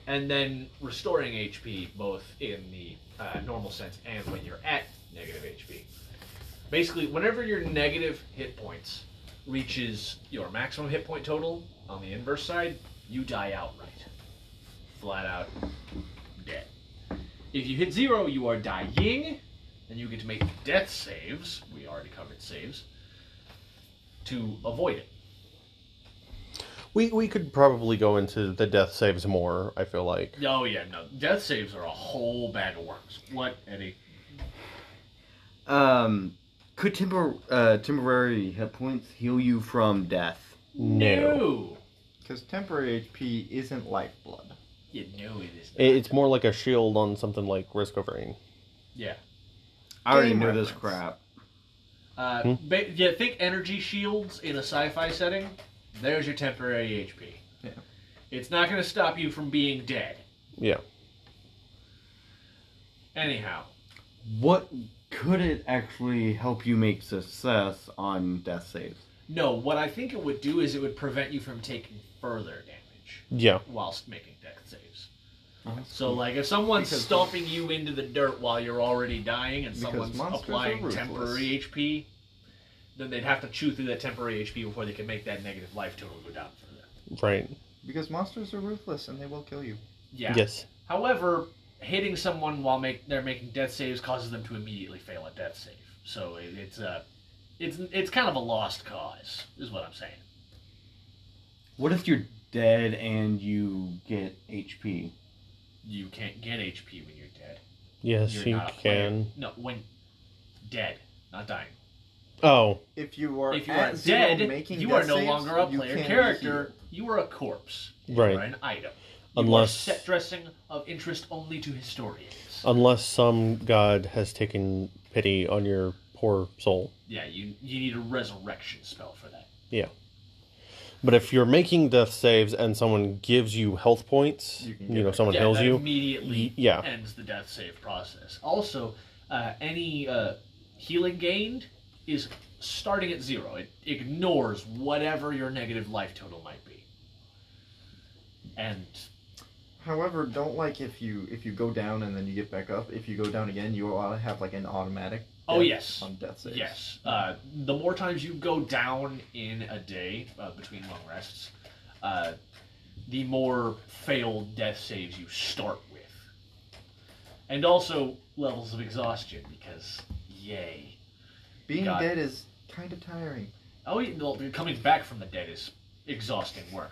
Speaker 4: and then restoring HP both in the uh, normal sense and when you're at negative HP. Basically, whenever your negative hit points reaches your maximum hit point total on the inverse side, you die outright. Flat out dead. If you hit zero, you are dying, and you get to make death saves. We already covered saves. To avoid it.
Speaker 1: We we could probably go into the death saves more. I feel like
Speaker 4: Oh yeah, no. Death saves are a whole bag of worms. What, Eddie?
Speaker 5: Um, could tempor- uh, temporary hit points heal you from death?
Speaker 4: No.
Speaker 2: Because temporary HP isn't lifeblood.
Speaker 4: You know it is. Not.
Speaker 1: It- it's more like a shield on something like risk of rain.
Speaker 4: yeah.
Speaker 5: I already
Speaker 2: Game
Speaker 5: know this
Speaker 2: reference.
Speaker 5: crap.
Speaker 4: Uh,
Speaker 1: Hmm?
Speaker 4: ba- yeah. Think energy shields in a sci-fi setting. There's your temporary HP.
Speaker 2: Yeah.
Speaker 4: It's not going to stop you from being dead.
Speaker 1: Yeah.
Speaker 4: Anyhow,
Speaker 5: What could it actually help you make success on death saves?
Speaker 4: no. What I think it would do is it would prevent you from taking further damage
Speaker 1: Yeah.
Speaker 4: whilst making death saves.
Speaker 2: Oh,
Speaker 4: So, like, if someone's
Speaker 2: Because-
Speaker 4: stomping you into the dirt while you're already dying and
Speaker 2: Because
Speaker 4: someone's
Speaker 2: monsters are
Speaker 4: applying
Speaker 2: ruthless.
Speaker 4: temporary HP, then they'd have to chew through that temporary HP before they can make that negative life total go down further.
Speaker 1: Right.
Speaker 2: Because monsters are ruthless and they will kill you.
Speaker 4: Yeah.
Speaker 1: Yes.
Speaker 4: However, hitting someone while make, they're making death saves causes them to immediately fail a death save. So it, it's a, it's it's kind of a lost cause, is what I'm saying.
Speaker 5: What if you're dead and you get HP?
Speaker 4: You can't get HP when you're dead.
Speaker 1: Yes,
Speaker 4: You're
Speaker 1: you
Speaker 4: not a player.
Speaker 1: can.
Speaker 4: No, when dead, not dying.
Speaker 1: Oh,
Speaker 2: If you are
Speaker 4: if you
Speaker 2: at
Speaker 4: are
Speaker 2: zero
Speaker 4: dead,
Speaker 2: making
Speaker 4: you
Speaker 2: death
Speaker 4: are no
Speaker 2: saves,
Speaker 4: longer a
Speaker 2: you
Speaker 4: player
Speaker 2: can be
Speaker 4: character. You are a corpse. You are
Speaker 1: right.
Speaker 4: an item.
Speaker 1: Unless-
Speaker 4: you are set dressing of interest only to historians.
Speaker 1: Unless some god has taken pity on your poor soul.
Speaker 4: yeah, you you need a resurrection spell for that.
Speaker 1: Yeah. But if you're making death saves and someone gives you health points,
Speaker 2: You
Speaker 1: you,
Speaker 2: can get
Speaker 1: know,
Speaker 2: back-
Speaker 1: someone
Speaker 4: yeah,
Speaker 1: heals
Speaker 4: that
Speaker 1: you.
Speaker 4: immediately
Speaker 1: Y- yeah.
Speaker 4: ends the death save process. Also, uh, any uh, healing gained is starting at zero. It ignores whatever your negative life total might be. And
Speaker 2: However, don't like if you if you go down and then you get back up. If you go down again, you ought to have like an automatic.
Speaker 4: Oh,
Speaker 2: death
Speaker 4: yes.
Speaker 2: On death saves.
Speaker 4: Yes. Uh, the more times you go down in a day uh, between long rests, uh, the more failed death saves you start with. And also levels of exhaustion, because yay.
Speaker 2: Being
Speaker 4: Got it.
Speaker 2: dead is kind of tiring.
Speaker 4: Oh, yeah, well, coming back from the dead is exhausting work.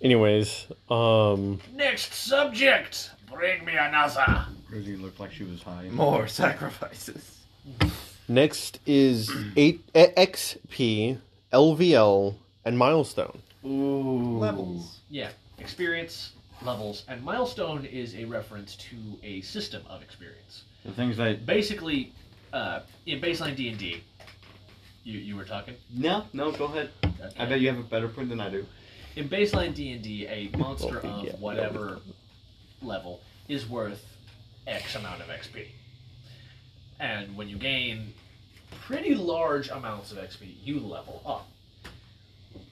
Speaker 1: Anyways, um,
Speaker 4: Next subject! Bring me another!
Speaker 5: Rosie looked like she was high.
Speaker 4: [laughs]
Speaker 2: More sacrifices.
Speaker 1: next is [clears throat] eight eh, XP, LVL, and milestone.
Speaker 5: Ooh.
Speaker 2: Levels.
Speaker 4: Yeah, experience, levels, and milestone is a reference to a system of experience.
Speaker 5: The things that.
Speaker 4: basically uh, in baseline D and D, you you were talking.
Speaker 5: No, no, go ahead. I bet you have a better point than I do.
Speaker 4: In baseline D and D, a monster
Speaker 1: Well, yeah,
Speaker 4: of whatever level is worth X amount of XP, and when you gain pretty large amounts of XP, you level up.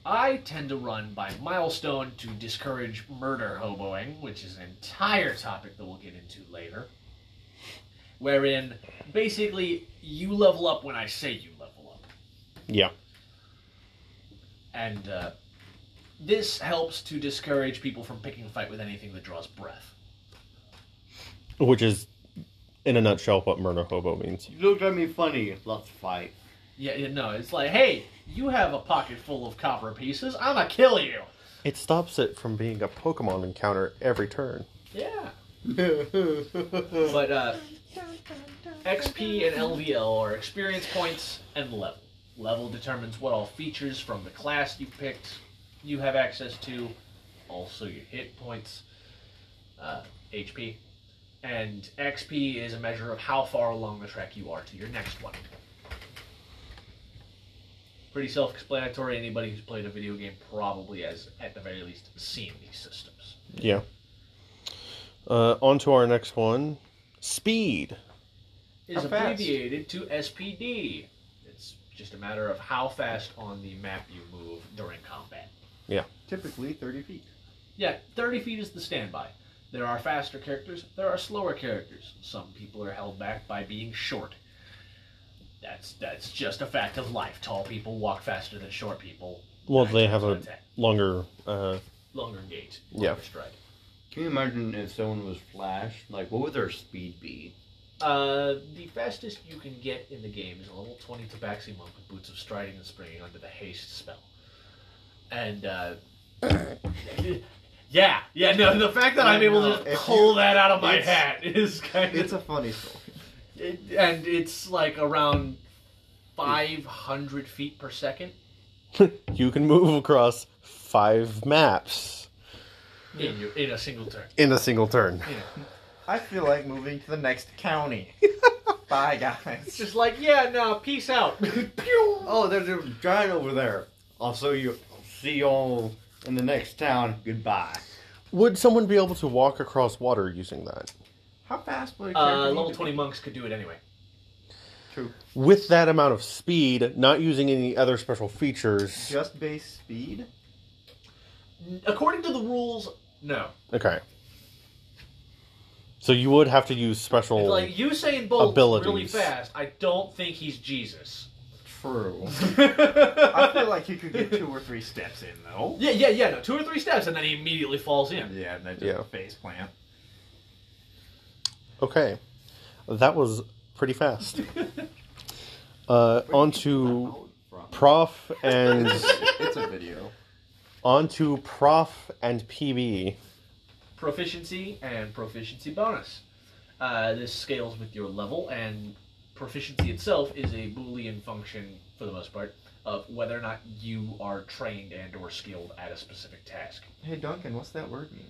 Speaker 4: I tend to run by milestone to discourage murder hoboing, which is an entire topic that we'll get into later. Wherein, basically, you level up when I say you level up.
Speaker 1: Yeah.
Speaker 4: and uh, this helps to discourage people from picking a fight with anything that draws breath.
Speaker 1: Which is, in a nutshell, what murder hobo means.
Speaker 5: You looked at me funny. Let's fight.
Speaker 4: Yeah, yeah, no, it's like, hey, you have a pocket full of copper pieces. I'ma kill you.
Speaker 1: It stops it from being a Pokemon encounter every turn.
Speaker 4: Yeah,
Speaker 5: But
Speaker 4: but uh, XP and LVL are experience points and level. Level determines what all features from the class you picked you have access to, also your hit points, uh, HP, and XP is a measure of how far along the track you are to your next one. Pretty self-explanatory. Anybody who's played a video game probably has, at the very least, seen these systems.
Speaker 1: Yeah. Uh, on to our next one speed.
Speaker 4: is
Speaker 2: How fast?
Speaker 4: abbreviated to SPD. It's just a matter of how fast on the map you move during combat.
Speaker 2: Typically 30 feet.
Speaker 4: Yeah, 30 feet is the standby. There are faster characters, there are slower characters. Some people are held back by being short. That's that's just a fact of life. Tall people walk faster than short people.
Speaker 1: Well,
Speaker 4: Nine
Speaker 1: they
Speaker 4: times
Speaker 1: have
Speaker 4: out
Speaker 1: a
Speaker 4: of ten.
Speaker 1: longer. Uh, [laughs]
Speaker 4: longer gait,
Speaker 1: Yeah.
Speaker 4: longer stride.
Speaker 5: Can you imagine if someone was Flash? Like, what would their speed be?
Speaker 4: Uh, the fastest you can get in the game is a level 20 Tabaxi monk with boots of striding and springing under the haste spell. And, [coughs] uh. yeah, yeah, no, the fact that I'm able
Speaker 2: No,
Speaker 4: to
Speaker 2: if
Speaker 4: just pull
Speaker 2: you-
Speaker 4: that out of my
Speaker 2: it's-
Speaker 4: hat is kind
Speaker 2: It's
Speaker 4: of.
Speaker 2: a funny story.
Speaker 4: it- and it's Hmm. like around 500 feet per second.
Speaker 1: you can move across five maps
Speaker 4: In, your, in a single turn.
Speaker 1: in a single turn.
Speaker 2: I feel like moving to the next county. Bye, guys.
Speaker 4: It's just like, yeah, no, peace out. Pew!
Speaker 5: Oh, there's a giant over there. I'll show you. I'll see y'all in the next town. Goodbye.
Speaker 1: Would someone be able to walk across water using that?
Speaker 2: [laughs] How fast would a character
Speaker 4: [laughs] [laughs] Uh,
Speaker 2: need
Speaker 4: level
Speaker 2: to
Speaker 4: 20
Speaker 2: be?
Speaker 4: monks could do it anyway.
Speaker 2: True.
Speaker 1: With that amount of speed, not using any other special features.
Speaker 2: Just base speed?
Speaker 4: According to the rules, no.
Speaker 1: Okay. So you would have to use special.
Speaker 4: It's like Usain Bolt's
Speaker 1: Abilities.
Speaker 4: really fast. I don't think he's Jesus. [laughs]
Speaker 2: True. I feel
Speaker 4: yeah,
Speaker 2: like you could get two or three steps in, though.
Speaker 4: yeah, yeah. No, two or three steps, and then he immediately falls in.
Speaker 2: Yeah, and then just
Speaker 1: Yeah.
Speaker 2: face plant.
Speaker 1: Okay. That was pretty fast. uh, on to Prof and. [laughs]
Speaker 2: It's a video.
Speaker 1: on to Prof and PB.
Speaker 4: Proficiency and proficiency bonus. Uh, this scales with your level, and proficiency itself is a boolean function for the most part of whether or not you are trained and or skilled at a specific task.
Speaker 2: Hey, Duncan, what's that word mean?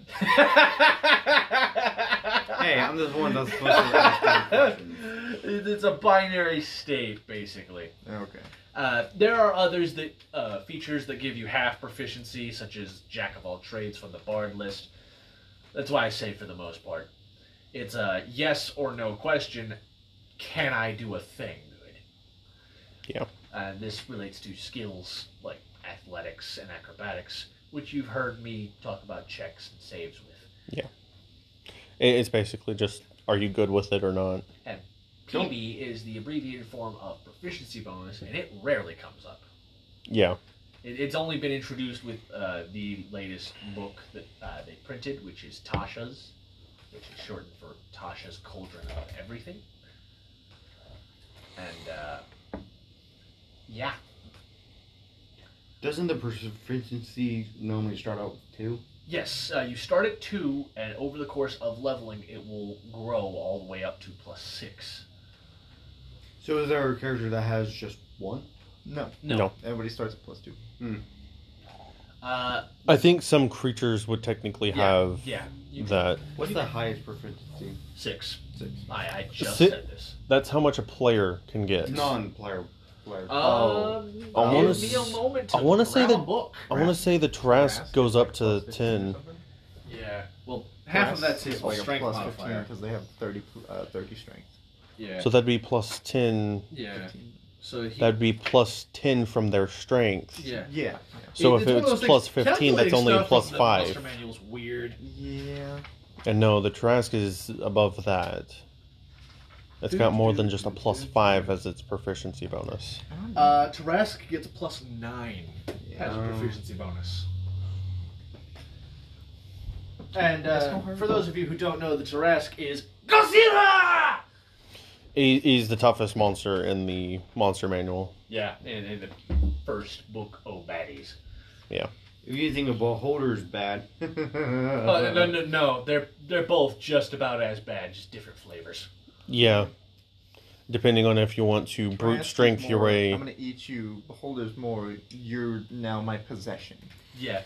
Speaker 5: Hey, I'm just
Speaker 4: [laughs]
Speaker 5: one that's supposed to ask dumb questions.
Speaker 4: it's a binary state, basically.
Speaker 2: Okay.
Speaker 4: Uh, there are others that uh, features that give you half proficiency, such as Jack of all trades from the Bard list. That's why I say for the most part, it's a yes or no question. Can I do a thing good?
Speaker 1: Yeah.
Speaker 4: Uh, this relates to skills like athletics and acrobatics, which you've heard me talk about checks and saves with.
Speaker 1: I- It's basically just are you good with it or not?
Speaker 4: And PB is the abbreviated form of proficiency bonus, and it rarely comes up.
Speaker 1: Yeah.
Speaker 4: It, it's only been introduced with uh, the latest book that uh, they printed, which is Tasha's, which is shortened for Tasha's Cauldron of Everything. And uh, yeah,
Speaker 5: Doesn't the proficiency normally start out with two?
Speaker 4: yes, uh, you start at two, and over the course of leveling, it will grow all the way up to plus six.
Speaker 5: So is there a character that has just one?
Speaker 2: No.
Speaker 1: No.
Speaker 2: Everybody starts at plus two.
Speaker 4: Uh,
Speaker 1: I think some creatures would technically have
Speaker 4: yeah, you can-
Speaker 1: that.
Speaker 5: What's the highest proficiency?
Speaker 4: six.
Speaker 2: Six.
Speaker 4: I, I just
Speaker 1: Si-
Speaker 4: said this.
Speaker 1: That's how much a player can get.
Speaker 5: Non-player player.
Speaker 4: Um,
Speaker 1: Oh. I wanna
Speaker 4: give me
Speaker 1: s-
Speaker 4: a moment to
Speaker 1: I wanna say
Speaker 4: grab a
Speaker 1: that-
Speaker 4: book.
Speaker 1: I want to say the Trask
Speaker 2: Trask
Speaker 1: goes
Speaker 2: is
Speaker 1: up
Speaker 2: like
Speaker 1: to
Speaker 2: plus 15 or
Speaker 1: 10.
Speaker 2: something.
Speaker 4: Yeah. Well, half of that's his
Speaker 2: Well, you're
Speaker 4: strength
Speaker 2: plus
Speaker 4: modifier.
Speaker 2: because they have 30, uh, 30 strength.
Speaker 4: Yeah.
Speaker 1: So that'd be plus 10.
Speaker 4: yeah.
Speaker 2: 15.
Speaker 4: So he.
Speaker 1: That'd be plus 10 from their strength.
Speaker 4: yeah.
Speaker 2: Yeah.
Speaker 1: So
Speaker 4: It-
Speaker 1: if
Speaker 4: one of
Speaker 1: it's
Speaker 4: those things-
Speaker 1: plus 15, that's
Speaker 4: calculating
Speaker 1: only
Speaker 4: stuff
Speaker 1: plus
Speaker 4: from the
Speaker 1: five.
Speaker 4: Monster manual's weird.
Speaker 2: Yeah.
Speaker 1: And no, the Trask is above that. It's got more than just a plus 5 as its proficiency bonus.
Speaker 4: Uh, Teresk gets a plus nine
Speaker 2: Yeah.
Speaker 4: as a proficiency bonus. And uh, for those of you who don't know, the Teresk is Godzilla.
Speaker 1: He, he's the toughest monster in the monster manual.
Speaker 4: Yeah, in, in the first book, oh baddies.
Speaker 5: If you think a beholder's bad. [laughs]
Speaker 4: Uh, Oh, no, no, no. They're they're both just about as bad, just different flavors.
Speaker 1: Yeah. Depending on if you want to brute
Speaker 2: Trask
Speaker 1: strength
Speaker 2: is
Speaker 1: your
Speaker 2: more,
Speaker 1: way.
Speaker 2: I'm gonna eat you. Beholder's more. You're now my possession.
Speaker 4: Yeah.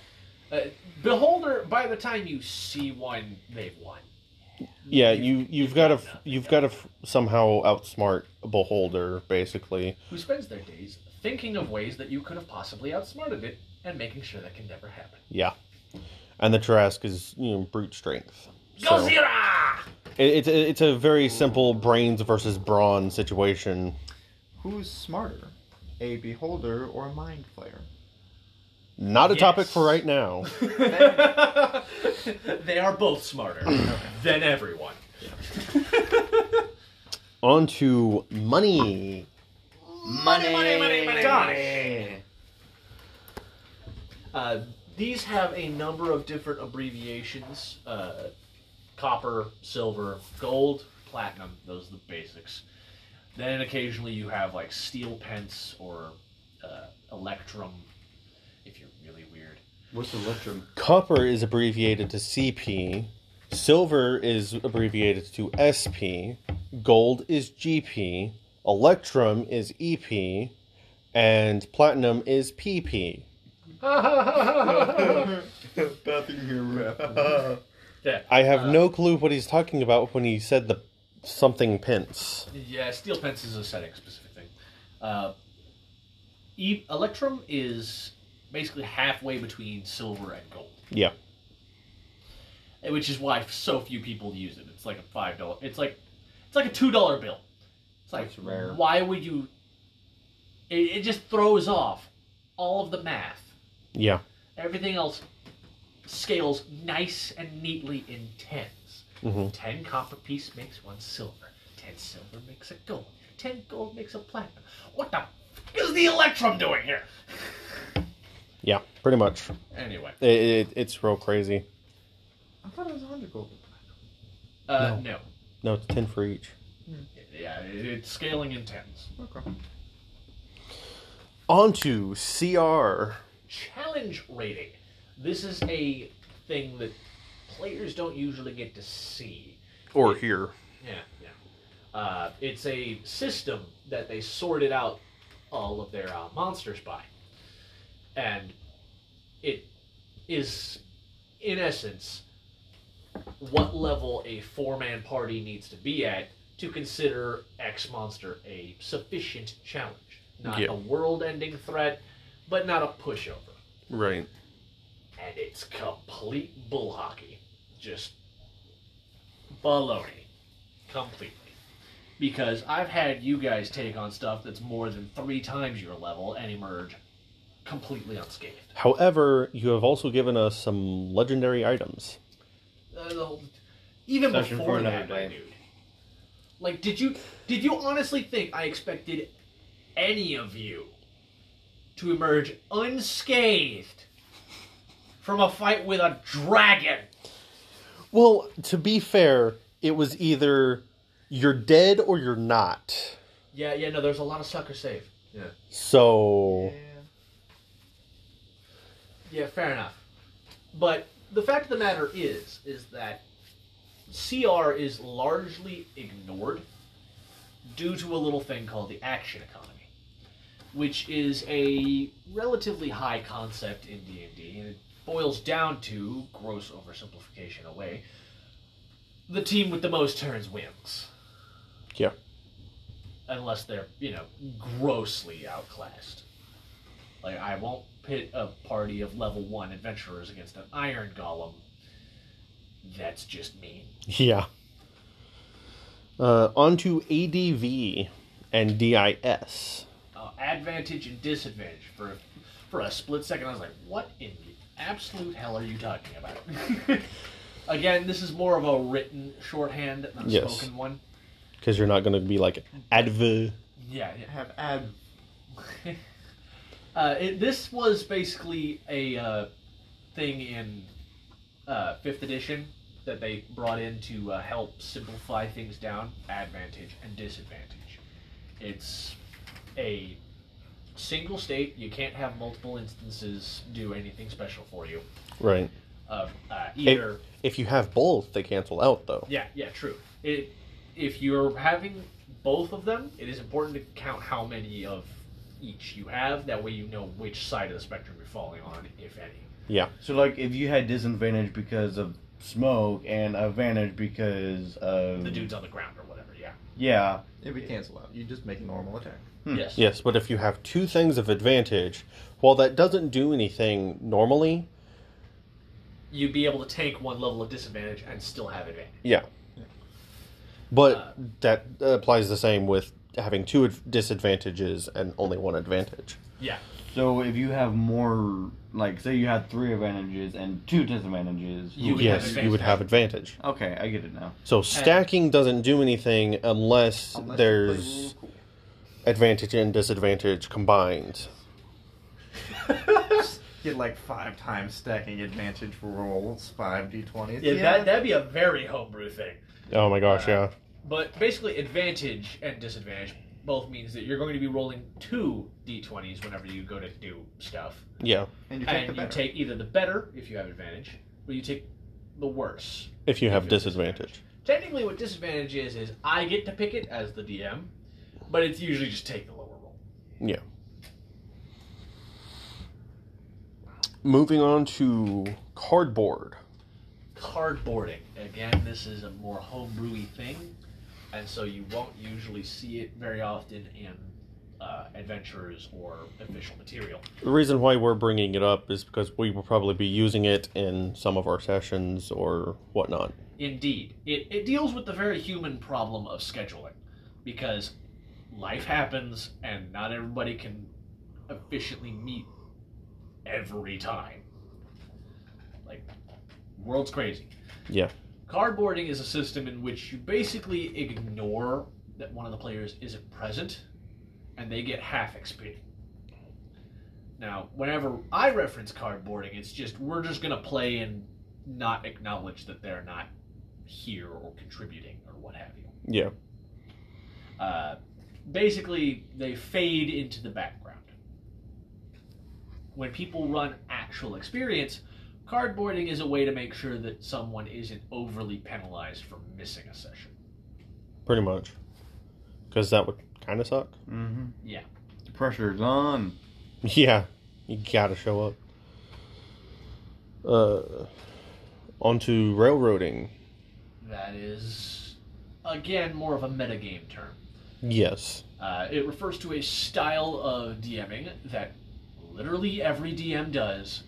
Speaker 4: Uh, Beholder. By the time you see one, they've won.
Speaker 1: Yeah,
Speaker 4: You've-
Speaker 1: you you've got to you've got to f- somehow outsmart a beholder basically.
Speaker 4: Who spends their days thinking of ways that you could have possibly outsmarted it, and making sure that can never happen.
Speaker 1: Yeah, and the Trask is you know brute strength. So it,
Speaker 4: Gozira!
Speaker 1: it's it's a very simple brains versus brawn situation.
Speaker 2: Who's smarter, a beholder or a mind flayer?
Speaker 1: Not a
Speaker 4: Yes.
Speaker 1: topic for right now.
Speaker 4: [laughs] they are both smarter than everyone.
Speaker 1: On to money.
Speaker 5: Money, money, money, money.
Speaker 4: Gosh. Uh, these have a number of different abbreviations: uh, copper, silver, gold, platinum. Those are the basics. Then occasionally you have like steel pence or uh, electrum, if you're really weird.
Speaker 2: What's Electrum?
Speaker 1: Copper is abbreviated to CP. Silver is abbreviated to SP. Gold is GP. Electrum is EP. And platinum is PP.
Speaker 5: Nothing here.
Speaker 4: Yeah,
Speaker 1: I have no clue what he's talking about when he said the something pence.
Speaker 4: yeah. Steel pence is a setting specific thing. Uh, e- electrum is basically halfway between silver and gold.
Speaker 1: Yeah.
Speaker 4: which is why so few people use it. It's like a five dollar. It's like it's like a two dollar bill. It's like
Speaker 2: That's rare.
Speaker 4: why would you? It, it just throws off all of the math.
Speaker 1: Yeah.
Speaker 4: Everything else scales nice and neatly in 10s
Speaker 2: Mm-hmm.
Speaker 1: Mhm.
Speaker 4: Ten copper piece makes one silver. Ten silver makes a gold. Ten gold makes a platinum. What the f- is the electrum doing here?
Speaker 1: Yeah. Pretty much.
Speaker 4: Anyway,
Speaker 1: It, it, it's real crazy.
Speaker 2: I thought it was 100 gold.
Speaker 4: uh,
Speaker 1: No.
Speaker 4: no.
Speaker 1: No, it's 10 for each.
Speaker 4: Yeah, it- it's scaling in tens.
Speaker 2: Okay.
Speaker 1: On to CR.
Speaker 4: challenge rating. This is a thing that players don't usually get to see.
Speaker 1: Or here.
Speaker 4: Yeah, yeah. Uh, it's a system that they sorted out all of their uh, monsters by, and it is, in essence, what level a four-man party needs to be at to consider X monster a sufficient challenge. Not
Speaker 1: Yep.
Speaker 4: a world-ending threat, but not a pushover
Speaker 1: Right.
Speaker 4: and it's complete bull hockey. Just baloney. Completely. Because I've had you guys take on stuff that's more than three times your level and emerge completely unscathed.
Speaker 1: However, you have also given us some legendary items.
Speaker 4: Uh, the whole- even
Speaker 5: Session for
Speaker 4: before
Speaker 5: another
Speaker 4: that, my
Speaker 5: day.
Speaker 4: dude. Like, did you did you honestly think I expected any of you to emerge unscathed from a fight with a dragon?
Speaker 1: Well, to be fair, it was either you're dead or you're not.
Speaker 4: Yeah, yeah, no, there's a lot of sucker save. Yeah.
Speaker 1: So,
Speaker 4: Yeah, fair enough. But the fact of the matter is, is that CR is largely ignored due to a little thing called the action economy, which is a relatively high concept in D&D, and it boils down to, gross oversimplification away, the team with the most turns wins.
Speaker 1: yeah. [laughs]
Speaker 4: unless they're you know grossly outclassed. Like I won't pit a party of level one adventurers against an iron golem. That's just mean.
Speaker 1: Yeah. Uh, on to ADV and DIS.
Speaker 4: Uh, advantage and disadvantage for for a split second. I was like, what in the absolute hell are you talking about? [laughs] Again, this is more of a written shorthand than a
Speaker 1: Yes.
Speaker 4: spoken one.
Speaker 1: Because you're not going to be like ADV.
Speaker 4: Yeah, yeah.
Speaker 2: Have ad.
Speaker 4: [laughs] Uh, it, this was basically a uh, thing in uh, fifth edition that they brought in to uh, help simplify things down, advantage and disadvantage. It's a single state. You can't have multiple instances do anything special for you.
Speaker 1: Right.
Speaker 4: Of uh,
Speaker 1: If,
Speaker 4: either
Speaker 1: if you have both, they cancel out, though.
Speaker 4: yeah, yeah, true. It, if you're having both of them, it is important to count how many of each you have. That way, you know which side of the spectrum you're falling on, if any.
Speaker 1: Yeah.
Speaker 5: So, like, if you had disadvantage because of smoke and advantage because of
Speaker 4: The dude's on the ground or whatever. Yeah.
Speaker 5: Yeah.
Speaker 2: It would cancel out. You just make a normal attack.
Speaker 5: Hmm.
Speaker 4: Yes.
Speaker 1: Yes, but if you have two things of advantage, while that doesn't do anything normally,
Speaker 4: You'd be able to tank one level of disadvantage and still have advantage.
Speaker 1: Yeah. But
Speaker 4: Uh,
Speaker 1: that applies the same with having two ad- disadvantages and only one advantage.
Speaker 4: Yeah.
Speaker 5: So if you have more, like, say you had three advantages and two disadvantages.
Speaker 4: You would
Speaker 1: yes,
Speaker 4: have
Speaker 1: you would have advantage.
Speaker 5: Okay, I get it now.
Speaker 1: So stacking doesn't do anything unless,
Speaker 2: Unless you play
Speaker 1: there's
Speaker 2: really cool.
Speaker 1: advantage and disadvantage combined.
Speaker 2: Get like five times stacking advantage rolls, five d20s.
Speaker 4: Yeah, That, that'd be a very homebrew thing.
Speaker 1: Oh my gosh, yeah.
Speaker 4: But basically, advantage and disadvantage both means that you're going to be rolling two d20s whenever you go to do stuff.
Speaker 1: Yeah.
Speaker 2: and you take the
Speaker 4: And you
Speaker 2: better.
Speaker 4: take either the better, if you have advantage, or you take the worse.
Speaker 1: If you have
Speaker 4: If you have
Speaker 1: disadvantage.
Speaker 4: Technically, what disadvantage is, is I get to pick it as the DM, but it's usually just take the lower roll.
Speaker 1: Yeah. Moving on to cardboard.
Speaker 4: Cardboarding. Again, this is a more homebrewy thing, and so you won't usually see it very often in uh, adventurers or official material.
Speaker 1: The reason why we're bringing it up is because we will probably be using it in some of our sessions or whatnot.
Speaker 4: Indeed. It, it deals with the very human problem of scheduling because life happens and not everybody can efficiently meet every time. Like, world's crazy.
Speaker 1: Yeah.
Speaker 4: Cardboarding is a system in which you basically ignore that one of the players isn't present and they get half XP. Now, whenever I reference cardboarding, it's just we're just going to play and not acknowledge that they're not here or contributing or what have you.
Speaker 1: Yeah.
Speaker 4: Uh, basically, they fade into the background. When people run actual experience, cardboarding is a way to make sure that someone isn't overly penalized for missing a session.
Speaker 1: Pretty much. Because that would kind of suck. [laughs]
Speaker 5: Mm-hmm.
Speaker 4: Yeah.
Speaker 5: The pressure's on.
Speaker 1: Yeah, you gotta show up. Uh, onto railroading.
Speaker 4: That is, again, more of a metagame term.
Speaker 1: Yes.
Speaker 4: Uh, it refers to a style of DMing that literally every DM does,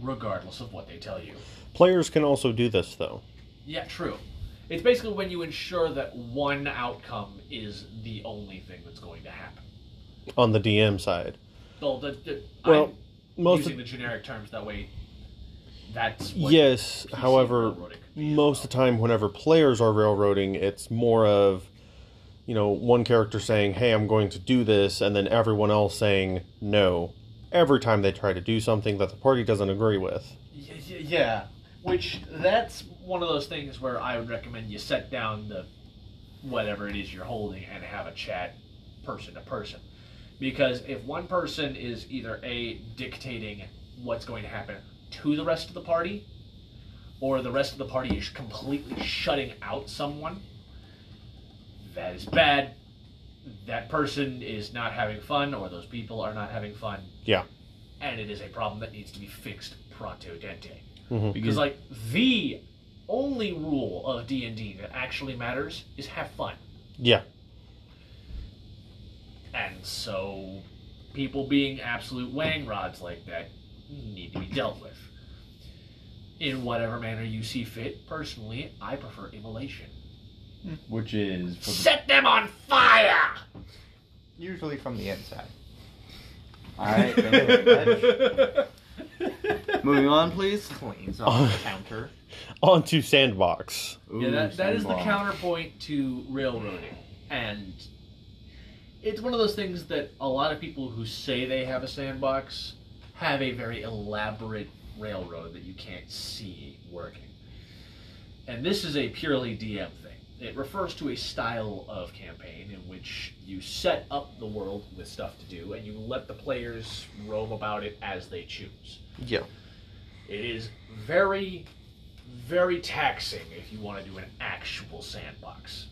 Speaker 4: regardless of what they tell you.
Speaker 1: Players can also do this though.
Speaker 4: Yeah, true. It's basically when you ensure that one outcome is the only thing that's going to happen.
Speaker 1: On the DM side,
Speaker 4: Well, the, the,
Speaker 1: Well,
Speaker 4: I'm
Speaker 1: most
Speaker 4: using
Speaker 1: of-
Speaker 4: the generic terms that way. That's what
Speaker 1: yes.
Speaker 4: PC
Speaker 1: However,
Speaker 4: railroading could be as
Speaker 1: most
Speaker 4: well.
Speaker 1: of the time, whenever players are railroading, it's more of, you know, one character saying, "Hey, I'm going to do this," and then everyone else saying no. Every time they try to do something that the party doesn't agree with.
Speaker 4: Y- y- Yeah, which that's one of those things where I would recommend you set down the whatever it is you're holding and have a chat person to person. Because if one person is either A, dictating what's going to happen to the rest of the party, or the rest of the party is completely shutting out someone, that is bad. That person is not having fun, or those people are not having fun,
Speaker 1: Yeah.
Speaker 4: and it is a problem that needs to be fixed pronto dente.
Speaker 1: Mhm.
Speaker 4: Because like the only rule of D and D that actually matters is have fun,
Speaker 1: Yeah.
Speaker 4: and so people being absolute wang rods like that need to be dealt with in whatever manner you see fit. Personally, I prefer immolation.
Speaker 5: Which is for the,
Speaker 4: Set them on fire.
Speaker 2: Usually from the inside.
Speaker 5: all right. thank you very
Speaker 4: [laughs]
Speaker 5: much. Moving on, please.
Speaker 1: [laughs]
Speaker 2: Cleans off the counter.
Speaker 1: Onto sandbox.
Speaker 4: Yeah, that, that is the
Speaker 5: Ooh,
Speaker 4: counterpoint to railroading. And it's one of those things that a lot of people who say they have a sandbox have a very elaborate railroad that you can't see working. And this is a purely DM thing. It refers to a style of campaign in which you set up the world with stuff to do and you let the players roam about it as they choose.
Speaker 1: Yeah.
Speaker 4: It is very, very taxing if you want to do an actual sandbox,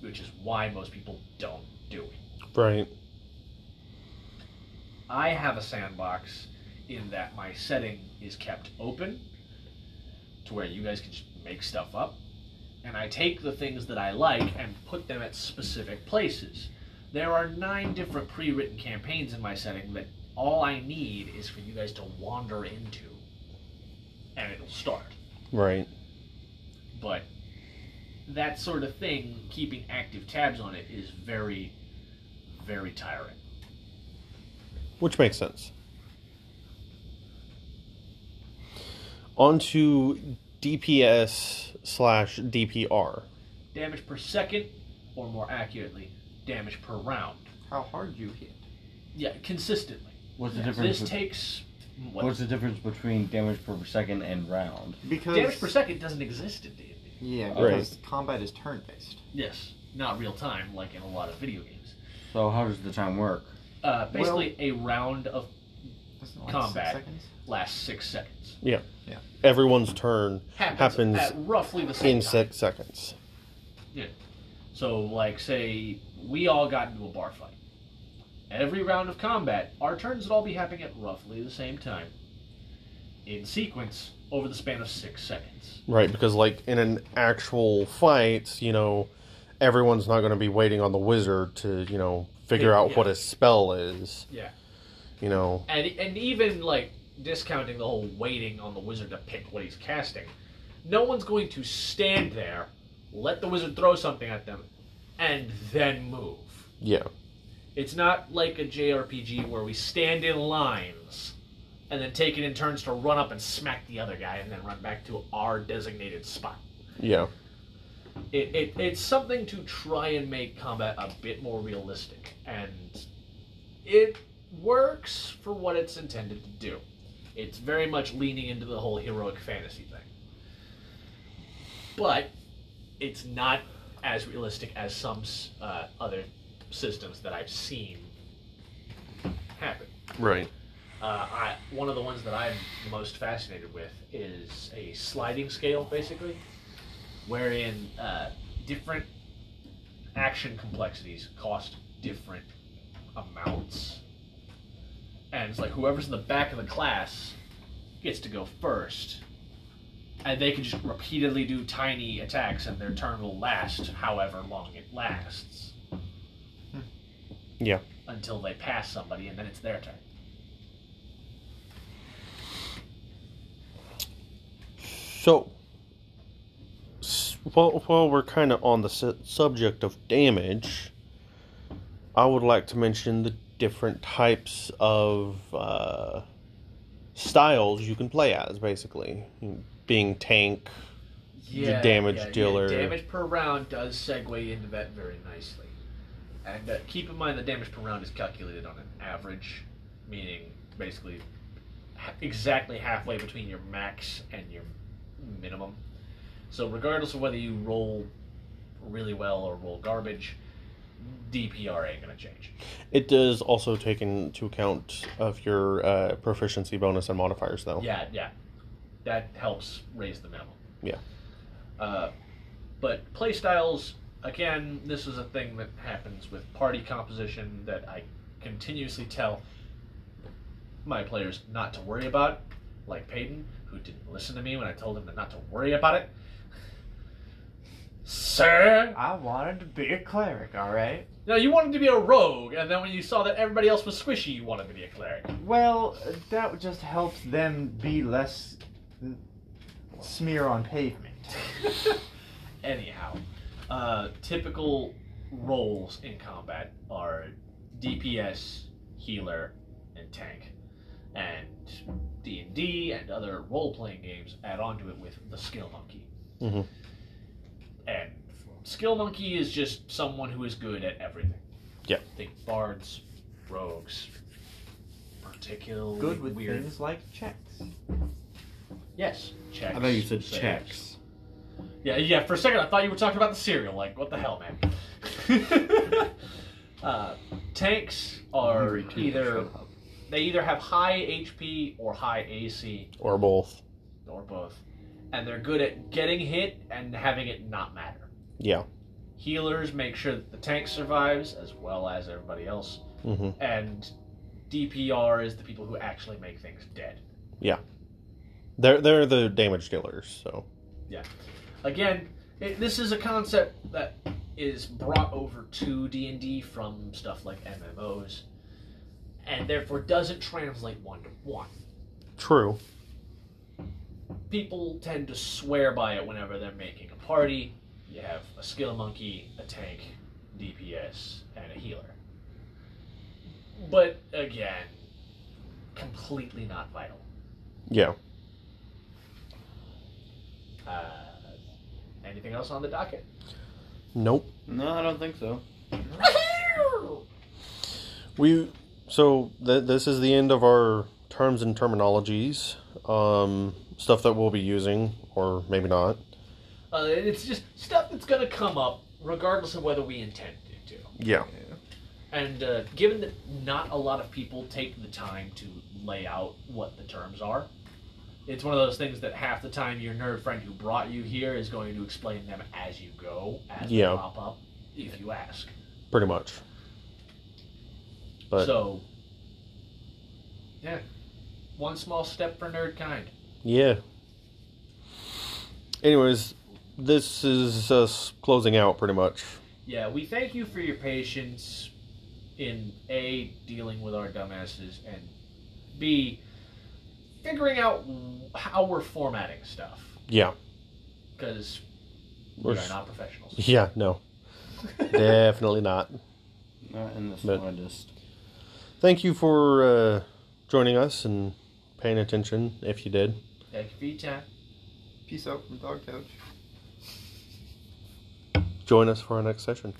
Speaker 4: which is why most people don't do it.
Speaker 1: Right.
Speaker 4: I have a sandbox in that my setting is kept open to where you guys can just make stuff up. And I take the things that I like and put them at specific places. There are nine different pre written campaigns in my setting that all I need is for you guys to wander into, and it'll start.
Speaker 1: Right.
Speaker 4: but that sort of thing, keeping active tabs on it, is very, very tiring.
Speaker 1: Which makes sense. onto DPS slash DPR.
Speaker 4: Damage per second, or more accurately, damage per round.
Speaker 2: How hard you hit.
Speaker 4: Yeah, consistently.
Speaker 5: What's the
Speaker 4: Yeah,
Speaker 5: difference?
Speaker 4: This
Speaker 5: be-
Speaker 4: takes. What?
Speaker 5: What's the difference between damage per second and round?
Speaker 2: Because
Speaker 4: damage per second doesn't exist in D&D.
Speaker 2: Yeah,
Speaker 5: Right.
Speaker 2: because combat is turn based.
Speaker 4: Yes, not real time like in a lot of video games.
Speaker 5: So how does the time work?
Speaker 4: Uh, basically, a round of Combat.
Speaker 2: Six seconds?
Speaker 4: lasts six seconds.
Speaker 1: Everyone's turn
Speaker 4: Happens, Uh,
Speaker 1: Happens
Speaker 4: at roughly the same
Speaker 1: in
Speaker 4: time.
Speaker 1: six seconds.
Speaker 4: So, like, say we all got into a bar fight. Every round of combat, our turns would all be happening at roughly the same time, in sequence, over the span of six seconds.
Speaker 1: Right, because like in an actual fight, you know, everyone's not going to be waiting on the wizard to, you know, figure
Speaker 4: Yeah,
Speaker 1: out
Speaker 4: yeah.
Speaker 1: what a spell is.
Speaker 4: Yeah.
Speaker 1: You know,
Speaker 4: And and even like discounting the whole waiting on the wizard to pick what he's casting, no one's going to stand there, let the wizard throw something at them, and then move.
Speaker 1: yeah.
Speaker 4: It's not like a JRPG where we stand in lines and then take it in turns to run up and smack the other guy and then run back to our designated spot.
Speaker 1: Yeah.
Speaker 4: It, it, it's something to try and make combat a bit more realistic, and it works for what it's intended to do. It's very much leaning into the whole heroic fantasy thing. But it's not as realistic as some s- uh, other systems that I've seen happen.
Speaker 1: Right.
Speaker 4: Uh, I, one of the ones that I'm most fascinated with is a sliding scale, basically, wherein uh, different action complexities cost different amounts. And it's like whoever's in the back of the class gets to go first. And they can just repeatedly do tiny attacks, and their turn will last however long it lasts
Speaker 1: Yeah.
Speaker 4: until they pass somebody, and then it's their turn.
Speaker 1: So, s- while, while we're kind of on the su- subject of damage, I would like to mention the different types of uh, styles you can play as, basically. Being tank, damage dealer.
Speaker 4: damage per round does segue into that very nicely. And uh, keep in mind the damage per round is calculated on an average, meaning basically ha- exactly halfway between your max and your minimum. So regardless of whether you roll really well or roll garbage, DPR ain't gonna change.
Speaker 1: It does also take into account of your uh, proficiency bonus and modifiers, though.
Speaker 4: Yeah, yeah. That helps raise the minimum.
Speaker 1: Yeah.
Speaker 4: Uh, but playstyles, again, this is a thing that happens with party composition that I continuously tell my players not to worry about, like Peyton, who didn't listen to me when I told him not to worry about it. Sir!
Speaker 2: I wanted to be a cleric, alright?
Speaker 4: No, you wanted to be a rogue, and then when you saw that everybody else was squishy, you wanted to be a cleric.
Speaker 2: Well, that just helps them be less smear on [laughs] pavement.
Speaker 4: Anyhow, uh, typical roles in combat are DPS, healer, and tank. And D and D and other role-playing games add on to it with the skill monkey.
Speaker 1: Mhm.
Speaker 4: And skill monkey is just someone who is good at everything.
Speaker 1: Yeah.
Speaker 4: Think bards, rogues, particularly
Speaker 2: Good with
Speaker 4: weird.
Speaker 2: things like checks.
Speaker 4: Yes, checks.
Speaker 5: I thought you said
Speaker 4: saves.
Speaker 5: checks.
Speaker 4: Yeah, yeah. For a second, I thought you were talking about the cereal. Like, what the hell, man? [laughs] uh, tanks are
Speaker 2: Hungry too,
Speaker 4: either
Speaker 2: shut up.
Speaker 4: they either have high HP or high AC
Speaker 1: Or both.
Speaker 4: or both, and they're good at getting hit and having it not matter.
Speaker 1: Yeah.
Speaker 4: Healers make sure that the tank survives as well as everybody else,
Speaker 1: Mm-hmm.
Speaker 4: and DPR is the people who actually make things dead.
Speaker 1: They're, they're the damage dealers, so.
Speaker 4: again it, this is a concept that is brought over to d&d from stuff like mmos and therefore doesn't translate one to one
Speaker 1: True.
Speaker 4: people tend to swear by it whenever they're making a party you have a skill monkey a tank dps and a healer but again completely not vital
Speaker 1: Yeah.
Speaker 4: Uh, anything else on the docket?
Speaker 1: Nope.
Speaker 5: No, I don't think so.
Speaker 1: We so th- this is the end of our terms and terminologies, um, stuff that we'll be using or maybe not.
Speaker 4: Uh, it's just stuff that's going to come up regardless of whether we intend it to.
Speaker 1: Yeah.
Speaker 4: And uh, given that not a lot of people take the time to lay out what the terms are, it's one of those things that half the time your nerd friend who brought you here is going to explain them as you go, as
Speaker 1: Yeah.
Speaker 4: they pop up, if you ask.
Speaker 1: Pretty much. But
Speaker 4: so, yeah, one small step for nerd kind.
Speaker 1: yeah. Anyways, this is us closing out pretty much.
Speaker 4: Yeah, we thank you for your patience in A, dealing with our dumbasses, and B, figuring out how we're formatting stuff.
Speaker 1: Yeah. [laughs]
Speaker 4: Because
Speaker 1: We're
Speaker 4: we are
Speaker 1: s-
Speaker 4: not professionals.
Speaker 1: Yeah. No. Definitely not.
Speaker 5: Not in this
Speaker 1: But-
Speaker 5: one. Just
Speaker 1: Thank you for uh, joining us and paying attention if you did.
Speaker 4: Thank you for your time.
Speaker 2: Peace out from Dog Couch.
Speaker 1: Join us for our next session.